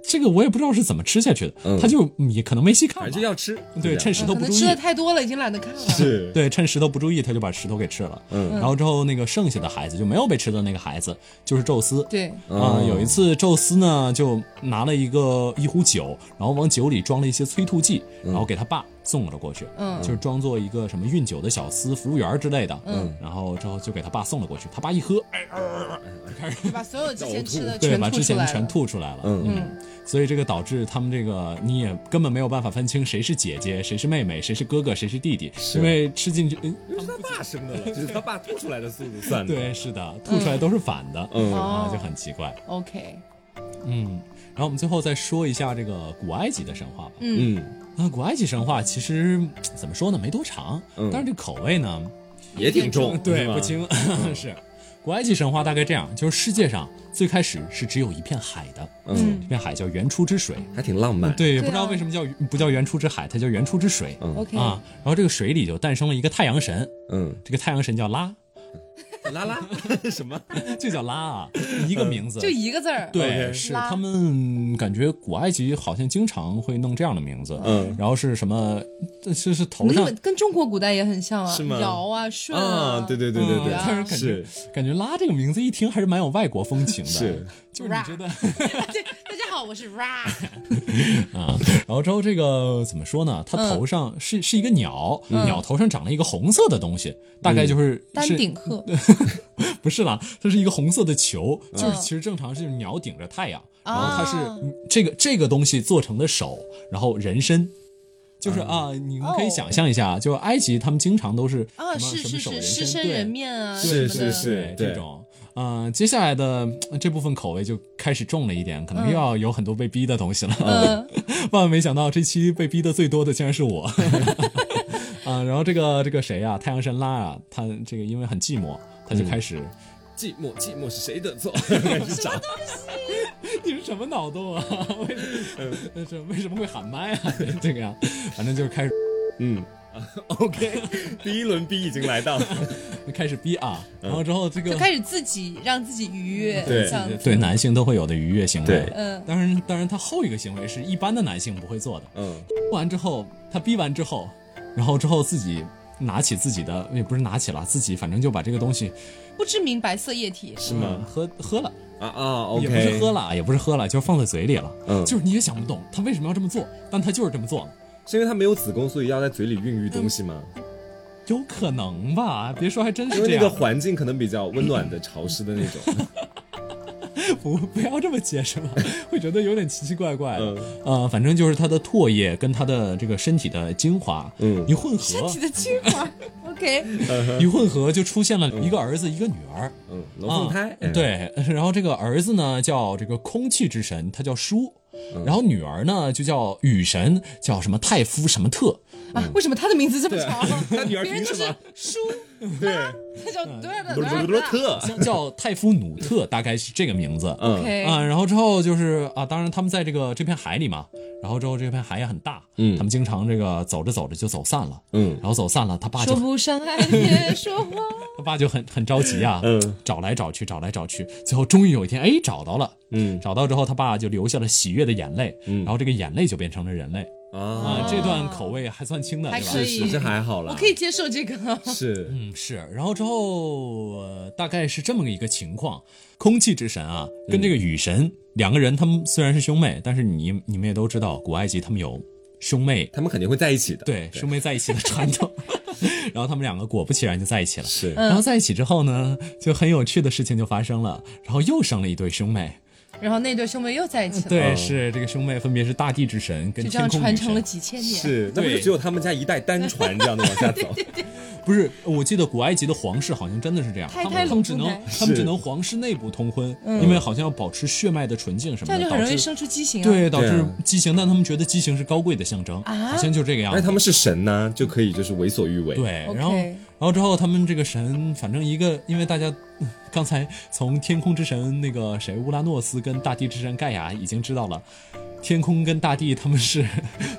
A: 这个我也不知道是怎么吃下去的，
B: 嗯
A: 他就也可能没细看吧
B: 反正就要吃，
A: 对，
B: 就这样
A: 趁石头
C: 嗯可
A: 不
C: 能
A: 注意，
C: 吃的太多了，已经懒得看了。
B: 是，
A: 对，趁石头不注意，他就把石头给吃了。
B: 嗯
A: 然后之后那个剩下的孩子就没有被吃的那个孩子，就是宙斯。
C: 对，
A: 啊、
B: 哦
A: 有一次宙斯呢就拿了一个一壶酒，然后往酒里装了一些催吐剂，然后给他爸送了过去，
C: 嗯
A: 就是装作一个什么运酒的小厮、服务员之类的，
C: 嗯，
A: 然后之后就给他爸送了过去，他爸一喝，哎，
C: 你把所有之前吃 的
A: 对，
C: 全
A: 把
C: 吐
A: 之
C: 出
A: 前
C: 来
A: 全
C: 了。
A: 吐出来了，
B: 嗯
C: 嗯，
A: 所以这个导致他们这个你也根本没有办法分清谁是姐姐，谁是妹妹，谁是哥哥，谁是弟弟，因为吃进去，嗯
B: 这是他爸生的了，这是他爸吐出来的速度算的，
A: 对，是的，吐出来都是反的，
B: 嗯
A: 啊
C: 哦，
A: 就很奇怪，
C: OK，
A: 嗯。然后我们最后再说一下这个古埃及的神话吧。
C: 嗯，
B: 嗯，
A: 啊，古埃及神话其实嗯怎么说呢，没多长，
B: 嗯啊
A: 但是这口味呢，
B: 也挺重，
A: 对
B: 是吧
A: 不，清
B: 嗯
A: 是。古埃及神话大概这样，就是世界上最开始是只有一片海的，
B: 嗯，
A: 这片海叫原初之水。
B: 还挺浪漫，
A: 对，也
C: 对
A: 不知道
C: 啊
A: 为什么叫不叫原初之海，它叫原初之水。
B: 嗯
C: OK
A: 啊，然后这个水里就诞生了一个太阳神，
B: 嗯，
A: 这个太阳神叫拉，
B: 拉拉 什么？
A: 就叫拉啊，一个名字。
C: 就一个字儿。
A: 对，
B: OK
A: 是
C: 拉
A: 他们感觉古埃及好像经常会弄这样的名字，
B: 嗯
A: 然后是什么？这是是头
C: 那
A: 上
C: 么跟中国古代也很像啊，
B: 是吗
C: 尧啊，舜
B: 啊，对对对对
A: 嗯但是
B: 对，
A: 感
B: 是
A: 觉感觉拉这个名字一听还是蛮有外国风情的，
B: 是，
A: 就是你觉得，
C: 对，大家好，我是 Ra，
A: 然后之后这个怎么说呢？
C: 嗯
A: 它头上是、是一个鸟，鸟头上长了一个红色的东西，大
B: 嗯
A: 概就是
C: 丹
A: 是
C: 顶鹤，
A: 不是啦，它是一个红色的球，就是
C: 嗯
A: 其实正常是鸟顶着太阳，然后它是、
C: 啊
A: 嗯这个这个东西做成的手，然后人身。就是啊，你们可以
C: 哦
A: 想象一下，就埃及他们经常都是
C: 啊，
A: 什么什么
C: 是是
A: 手
C: 是，
A: 人
C: 狮
A: 身
C: 身
A: 对
C: 人面啊，
B: 是
C: 什么
B: 是
C: 的
B: 是对
A: 这种。呃，接下来的呃这部分口味就开始重了一点，可能又要有很多被逼的东西了。
C: 嗯，
A: 万万没想到，这期被逼的最多的竟然是 我。啊，然后这个这个谁啊，太阳神拉啊，他这个因为很寂寞，他
B: 嗯
A: 就开始，
B: 寂寞，寂寞是谁 的错？开始找
A: 你是什么脑洞啊？ 为什么这为什么会喊麦啊？ 这个呀、反正就是开始
B: 嗯，OK，第一轮 B 已经来到，
A: 开始逼啊，
B: 嗯
A: 然后之后这个
C: 就开始自己让自己愉悦，
B: 对
C: 这样子
A: 对男性都会有的愉悦行为。
B: 对
C: 嗯
A: 当然当然，他后一个行为是一般的男性不会做的。
B: 嗯，
A: 完之后，他逼完之后，然后之后自己拿起自己的，也不是拿起了，自己反正就把这个东西嗯
C: 不知名白色液体，
B: 是吗？
A: 喝喝了
B: 啊啊
A: 也不是
B: ，OK，
A: 喝了，也不是喝了，就是放在嘴里了。
B: 嗯
A: 就是你也想不懂他为什么要这么做，但他就是这么做了。
B: 是因为他没有子宫，所以要在嘴里孕育东西吗？
A: 有可能吧？别说，还真
B: 因
A: 是
B: 为
A: 这
B: 那个
A: 样。
B: 环境可能比较温暖的、潮湿的那种，
A: 不 不要这么解释嘛，会觉得有点奇奇怪怪的。
B: 嗯
A: 呃，反正就是它的唾液跟它的这个身体的精华，
B: 嗯
A: 一混
C: 身
A: 合
C: 体，的精 华，OK，啊
A: 一混合就出现了一个儿子一个女儿。
B: 嗯，龙凤胎，
A: 啊。，对， 然后这个儿子呢叫这个空气之神，他叫舒。
B: 嗯
A: 然后女儿呢，就叫雨神，叫什么泰夫什么特，
C: 啊，为什么他的名字这么
A: 啊
C: 长？
B: 他女儿
C: 别人
B: 凭
C: 就
B: 什
C: 是
B: 么？
C: 书，
B: 对，
C: 他叫
A: 嗯
C: 多尔
B: 罗罗罗
C: 多尔特
B: 特，
A: 叫叫泰夫努特，大概是这个名字。
B: 嗯
C: ，OK，
A: 啊，然后之后就是啊，当然他们在这个这片海里嘛，然后之后这片海也很大，
B: 嗯
A: 他们经常这个走着走着就走散了，
B: 嗯
A: 然后走散了，他爸就
C: 说不上 爱，别说谎。
A: 他爸就很很着急啊，
B: 嗯
A: 找来找去，找来找去，最后终于有一天，哎，找到了，
B: 嗯
A: 找到之后，他爸就流下了喜悦的眼泪，
B: 嗯
A: 然后这个眼泪就变成了人类
B: 啊，
A: 啊，这段口味还算轻的，
C: 哦还
A: 对吧？
C: 可
B: 是
C: 以
B: 是这还好啦，
C: 我可以接受 这个，
B: 是，
A: 嗯，是。然后之后、呃大概是这么一个情况，空气之神啊，跟
C: 嗯
A: 这个雨神、两个人，他们虽然是兄妹，但是你你们也都知道，古埃及他们有兄妹
B: 他们肯定会在一起的，
A: 对兄妹在一起的传 统。 然后他们两个果不其然就在一起了。
B: 是，
C: 嗯
A: 然后在一起之后呢，就很有趣的事情就发生了，然后又生了一对兄妹。
C: 然后那对兄妹又在一起了，
A: 对，是这个兄妹分别是大地之神跟
C: 哦就这
A: 天
C: 样
A: 空
C: 传
A: 女
C: 承了
A: 神。
C: 几千年。
B: 是，那不是
A: 对
B: 只有他们家一代单传这样的往下走，
A: 不是，我记得古埃及的皇室好像真的是这样，
C: 胎
A: 他
C: 胎
A: 们他
C: 笼
A: 们
C: 中
A: 只能
C: 胎
A: 他们只
B: 是
A: 能皇室内部通婚，因为好像要保持血脉的纯净什
C: 嗯这
A: 么的，
C: 样就很容
A: 导
C: 易
A: 致
C: 生出畸形啊。
A: 对，导
B: 对
A: 致
B: 啊
A: 畸形，但他们觉得畸形是高贵的象征，
C: 啊
A: 好像就这个样
B: 但是
A: 子。
B: 他们是神呢，就可以就是为所欲为，，
A: 对，
C: OK
A: 然后然后之后他们这个神，反正一个，因为大家嗯刚才从天空之神那个谁乌拉诺斯跟大地之神盖亚已经知道了。天空跟大地他们是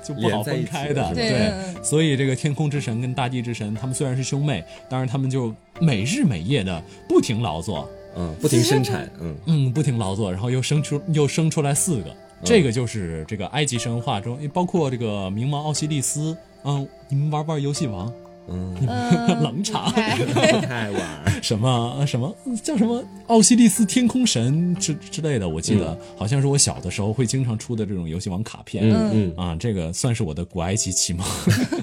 A: 就不好
B: 连在一
A: 分
B: 起
A: 开
B: 的
A: 的，
B: 是吧
C: 对嗯
A: 对，所以这个天空之神跟大地之神，他们虽然是兄妹，但是他们就每日每夜的不停劳作，
B: 嗯，不停生产，嗯，
A: 嗯，不停劳作，然后又生出又生出来四个，这个就是这个埃及神话中，包括这个冥王奥西利斯。嗯，你们玩不玩游戏王？
C: 嗯，
A: 冷场
C: 哎
B: 太晚儿，
A: 什么呃什么叫什么奥西利斯天空神之之类的？我记得、好像是我小的时候会经常出的这种游戏王卡片。
B: 嗯
A: 啊，这个算是我的古埃及启蒙。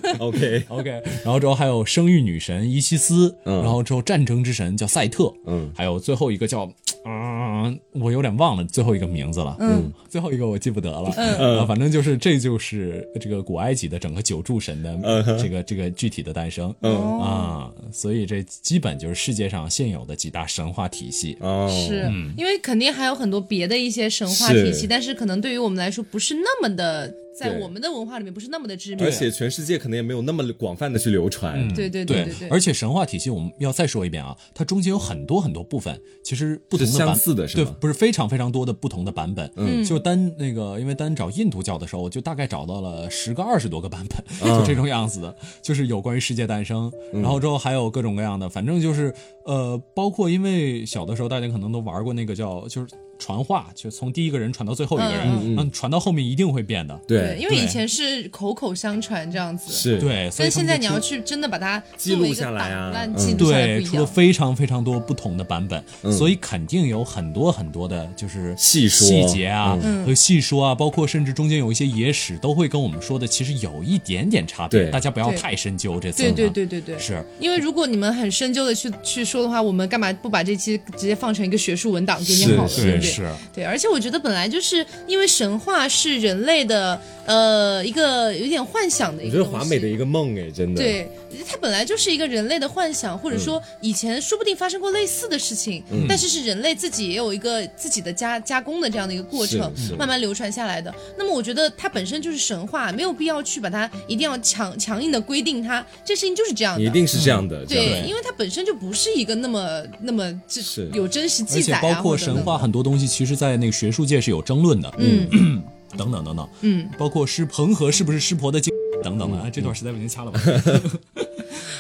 B: 嗯，OK，
A: OK，然后之后还有生育女神伊西斯，
B: 嗯
A: 然后之后战争之神叫赛特，
B: 嗯
A: 还有最后一个叫，啊、我有点忘了最后一个名字了，
C: 嗯，
A: 最后一个我记不得了，
B: 嗯
A: 啊，反正就是这就是这个古埃及的整个九柱神的
B: 嗯哼
A: 这个、这个具体的诞生。
B: 嗯，
C: 哦，
A: 啊，所以这基本就是世界上现有的几大神话体系。
B: 哦，
C: 是因为肯定还有很多别的一些神话体系，
B: 是
C: 但是可能对于我们来说不是那么的，在
B: 对
C: 我们的文化里面不是那么的知名
B: 而。且全世界可能也没有那么广泛的去流传，
C: 对对
A: 对
C: 对对，
A: 而且神话体系我们要再说一遍啊，它中间有很多很多部分，其实不同的
B: 是
A: 版
B: 相似的是
A: 对，
B: 吗
A: 不是非常非常多的不同的版本。嗯，就单那个，因为单找印度教的时候，我就大概找到了十个二十多个版本，
B: 嗯
A: 就这种样子的，就是有关于世界诞生，然后之后还有各种各样的，反正就是呃，包括因为小的时候大家可能都玩过那个叫就是传话，就从第一个人传到最后一个人，嗯，传到后面一定会变的。
C: 对，
B: 对，
C: 因为以
A: 对
C: 前是口口相传这样子，
B: 是，，
A: 对，所以他
C: 但
A: 们
C: 现在
A: 就
C: 你
A: 出
C: 要去真的把它
B: 记录
C: 作为一个
B: 下来啊
C: 档案
B: 嗯
C: 记录下来
A: 对，
C: 不一
A: 出了
C: 样。
A: 非常非常多不同的版本，所以肯定有很多很多的，就是
B: 细说嗯
A: 细节啊、
C: 嗯
A: 和细说啊，包括甚至中间有一些野史，都会跟我们说的其实有一点点差别，
B: 对
A: 大家不要
C: 对
A: 太深究这层、啊。
C: 对对对对对，
A: 是
C: 因为如果你们很深究的去去说的话，我们干嘛不把这期直接放成一个学术文档给你好了，
B: 是
C: 对不对？
A: 是，
C: 对，而且我觉得本来就是因为神话是人类的呃一个有点幻想的
B: 我
C: 一
B: 觉
C: 个
B: 得
C: 东西，
B: 华美的一个梦哎，真的，，
C: 对，它本来就是一个人类的幻想，
B: 嗯
C: 或者说以前说不定发生过类似的事情，但是是人类自己也有一个自己的加加工的这样的一个过程
B: 是是，
C: 慢慢流传下来的。那么我觉得它本身就是神话，没有必要去把它一定要强强硬的规定它，这事情就是这样
B: 一
C: 的。
B: 定是这样的，这
C: 对
B: 样，的
C: 因为它本身就不是一个那么那么这
B: 是
C: 有真实
A: 而
C: 记
A: 且
C: 载啊，
A: 包括
C: 或者等
A: 神
C: 等
A: 话很多东西，其实，在那个学术界是有争论的。
C: 嗯，
A: 等等等等，
C: 嗯，
A: 包括师恒河是不是湿婆的经等
B: 嗯
A: 等的，哎这段实在不行掐了吧。
C: 嗯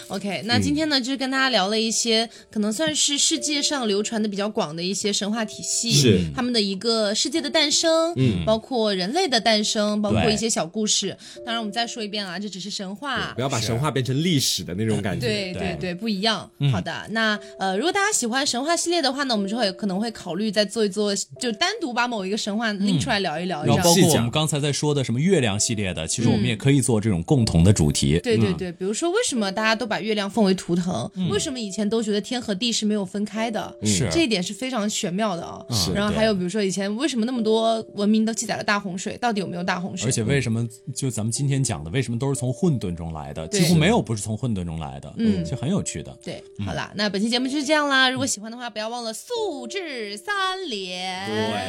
C: OK，那今天呢，就是跟大家聊了一些可能算是世界上流传的比较广的一些神话体系，
B: 是
C: 他们的一个世界的诞生，嗯，包括人类的诞生，包括一些小故事。当然，我们再说一遍啊，这只是神话
B: 不。要把神话变成历史的那种感觉，
C: 对
A: 对
C: 对对，不一样。好的，那呃，如果大家喜欢神话系列的话呢，我们之后也可能会考虑再做一做，就单独把某一个神话拎出来聊一聊，这
A: 然后
C: 样
A: 包
B: 细
A: 括我
B: 讲
A: 们刚才在
C: 嗯
A: 说的什么月亮系列的，其实我们也可以做这种共同的主题。
C: 对对对，比如说为什么大家都把月亮奉为图腾，为什么以前都觉得天和地是没有分开的？
A: 嗯是啊嗯
C: 这一点是非常玄妙的啊、
B: 是
C: 然后还
A: 对
C: 有比如说以前为什么那么多文明都记载了大洪水，到底有没有大洪水？
A: 而且为什么就咱们今天讲的，为什么都是从混沌中来的？
C: 对
A: 几乎没有不是从混沌中来的，嗯，就很有趣的。
C: 对，好啦，那本期节目就是这样啦。
A: 嗯
C: 如果喜欢的话，不要忘了素质三连。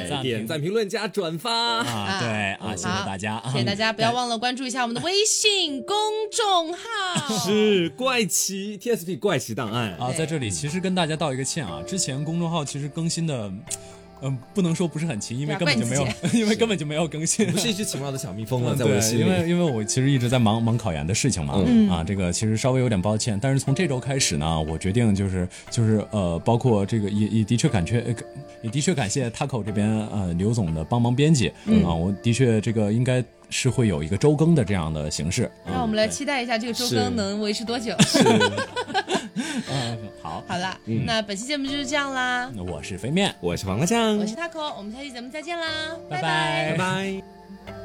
A: 对
B: 点赞、评论、加转发。
A: 啊，对啊，谢谢
C: 嗯好
A: 大家，嗯
C: 谢谢大家，不要忘了关注一下我们的微信公众 号。
B: 是怪奇 TSP 怪奇档案
A: 啊，在这里其实跟大家道一个歉啊，之前公众号其实更新的，嗯，不能说不是很勤，因为
C: 对啊
A: 根本就没有
C: 怪，
A: 因为根本就没有更新。
B: 不是一只勤劳的小蜜蜂了，
A: 嗯
B: 在我的
A: 对，
B: 心
A: 因为
B: 里。
A: 因为我其实一直在忙忙考研的事情嘛，啊，这个其实稍微有点抱歉，但是从这周开始呢，我决定就是就是呃，包括这个也也的确感觉，呃也的确感谢 Taco 这边呃刘总的帮忙编辑、啊，我的确这个应该是会有一个周更的这样的形式。
C: 让我们来期待一下这个周
B: 是
C: 更能维持多久。
A: 嗯，好，
C: 好啦，那本期节目就是这样啦。
A: 那我是飞面，
B: 我是黄瓜酱
C: 我，是 taco，我们下期节目再见啦，
A: 拜
C: 拜
A: 拜
B: 拜拜。
C: 拜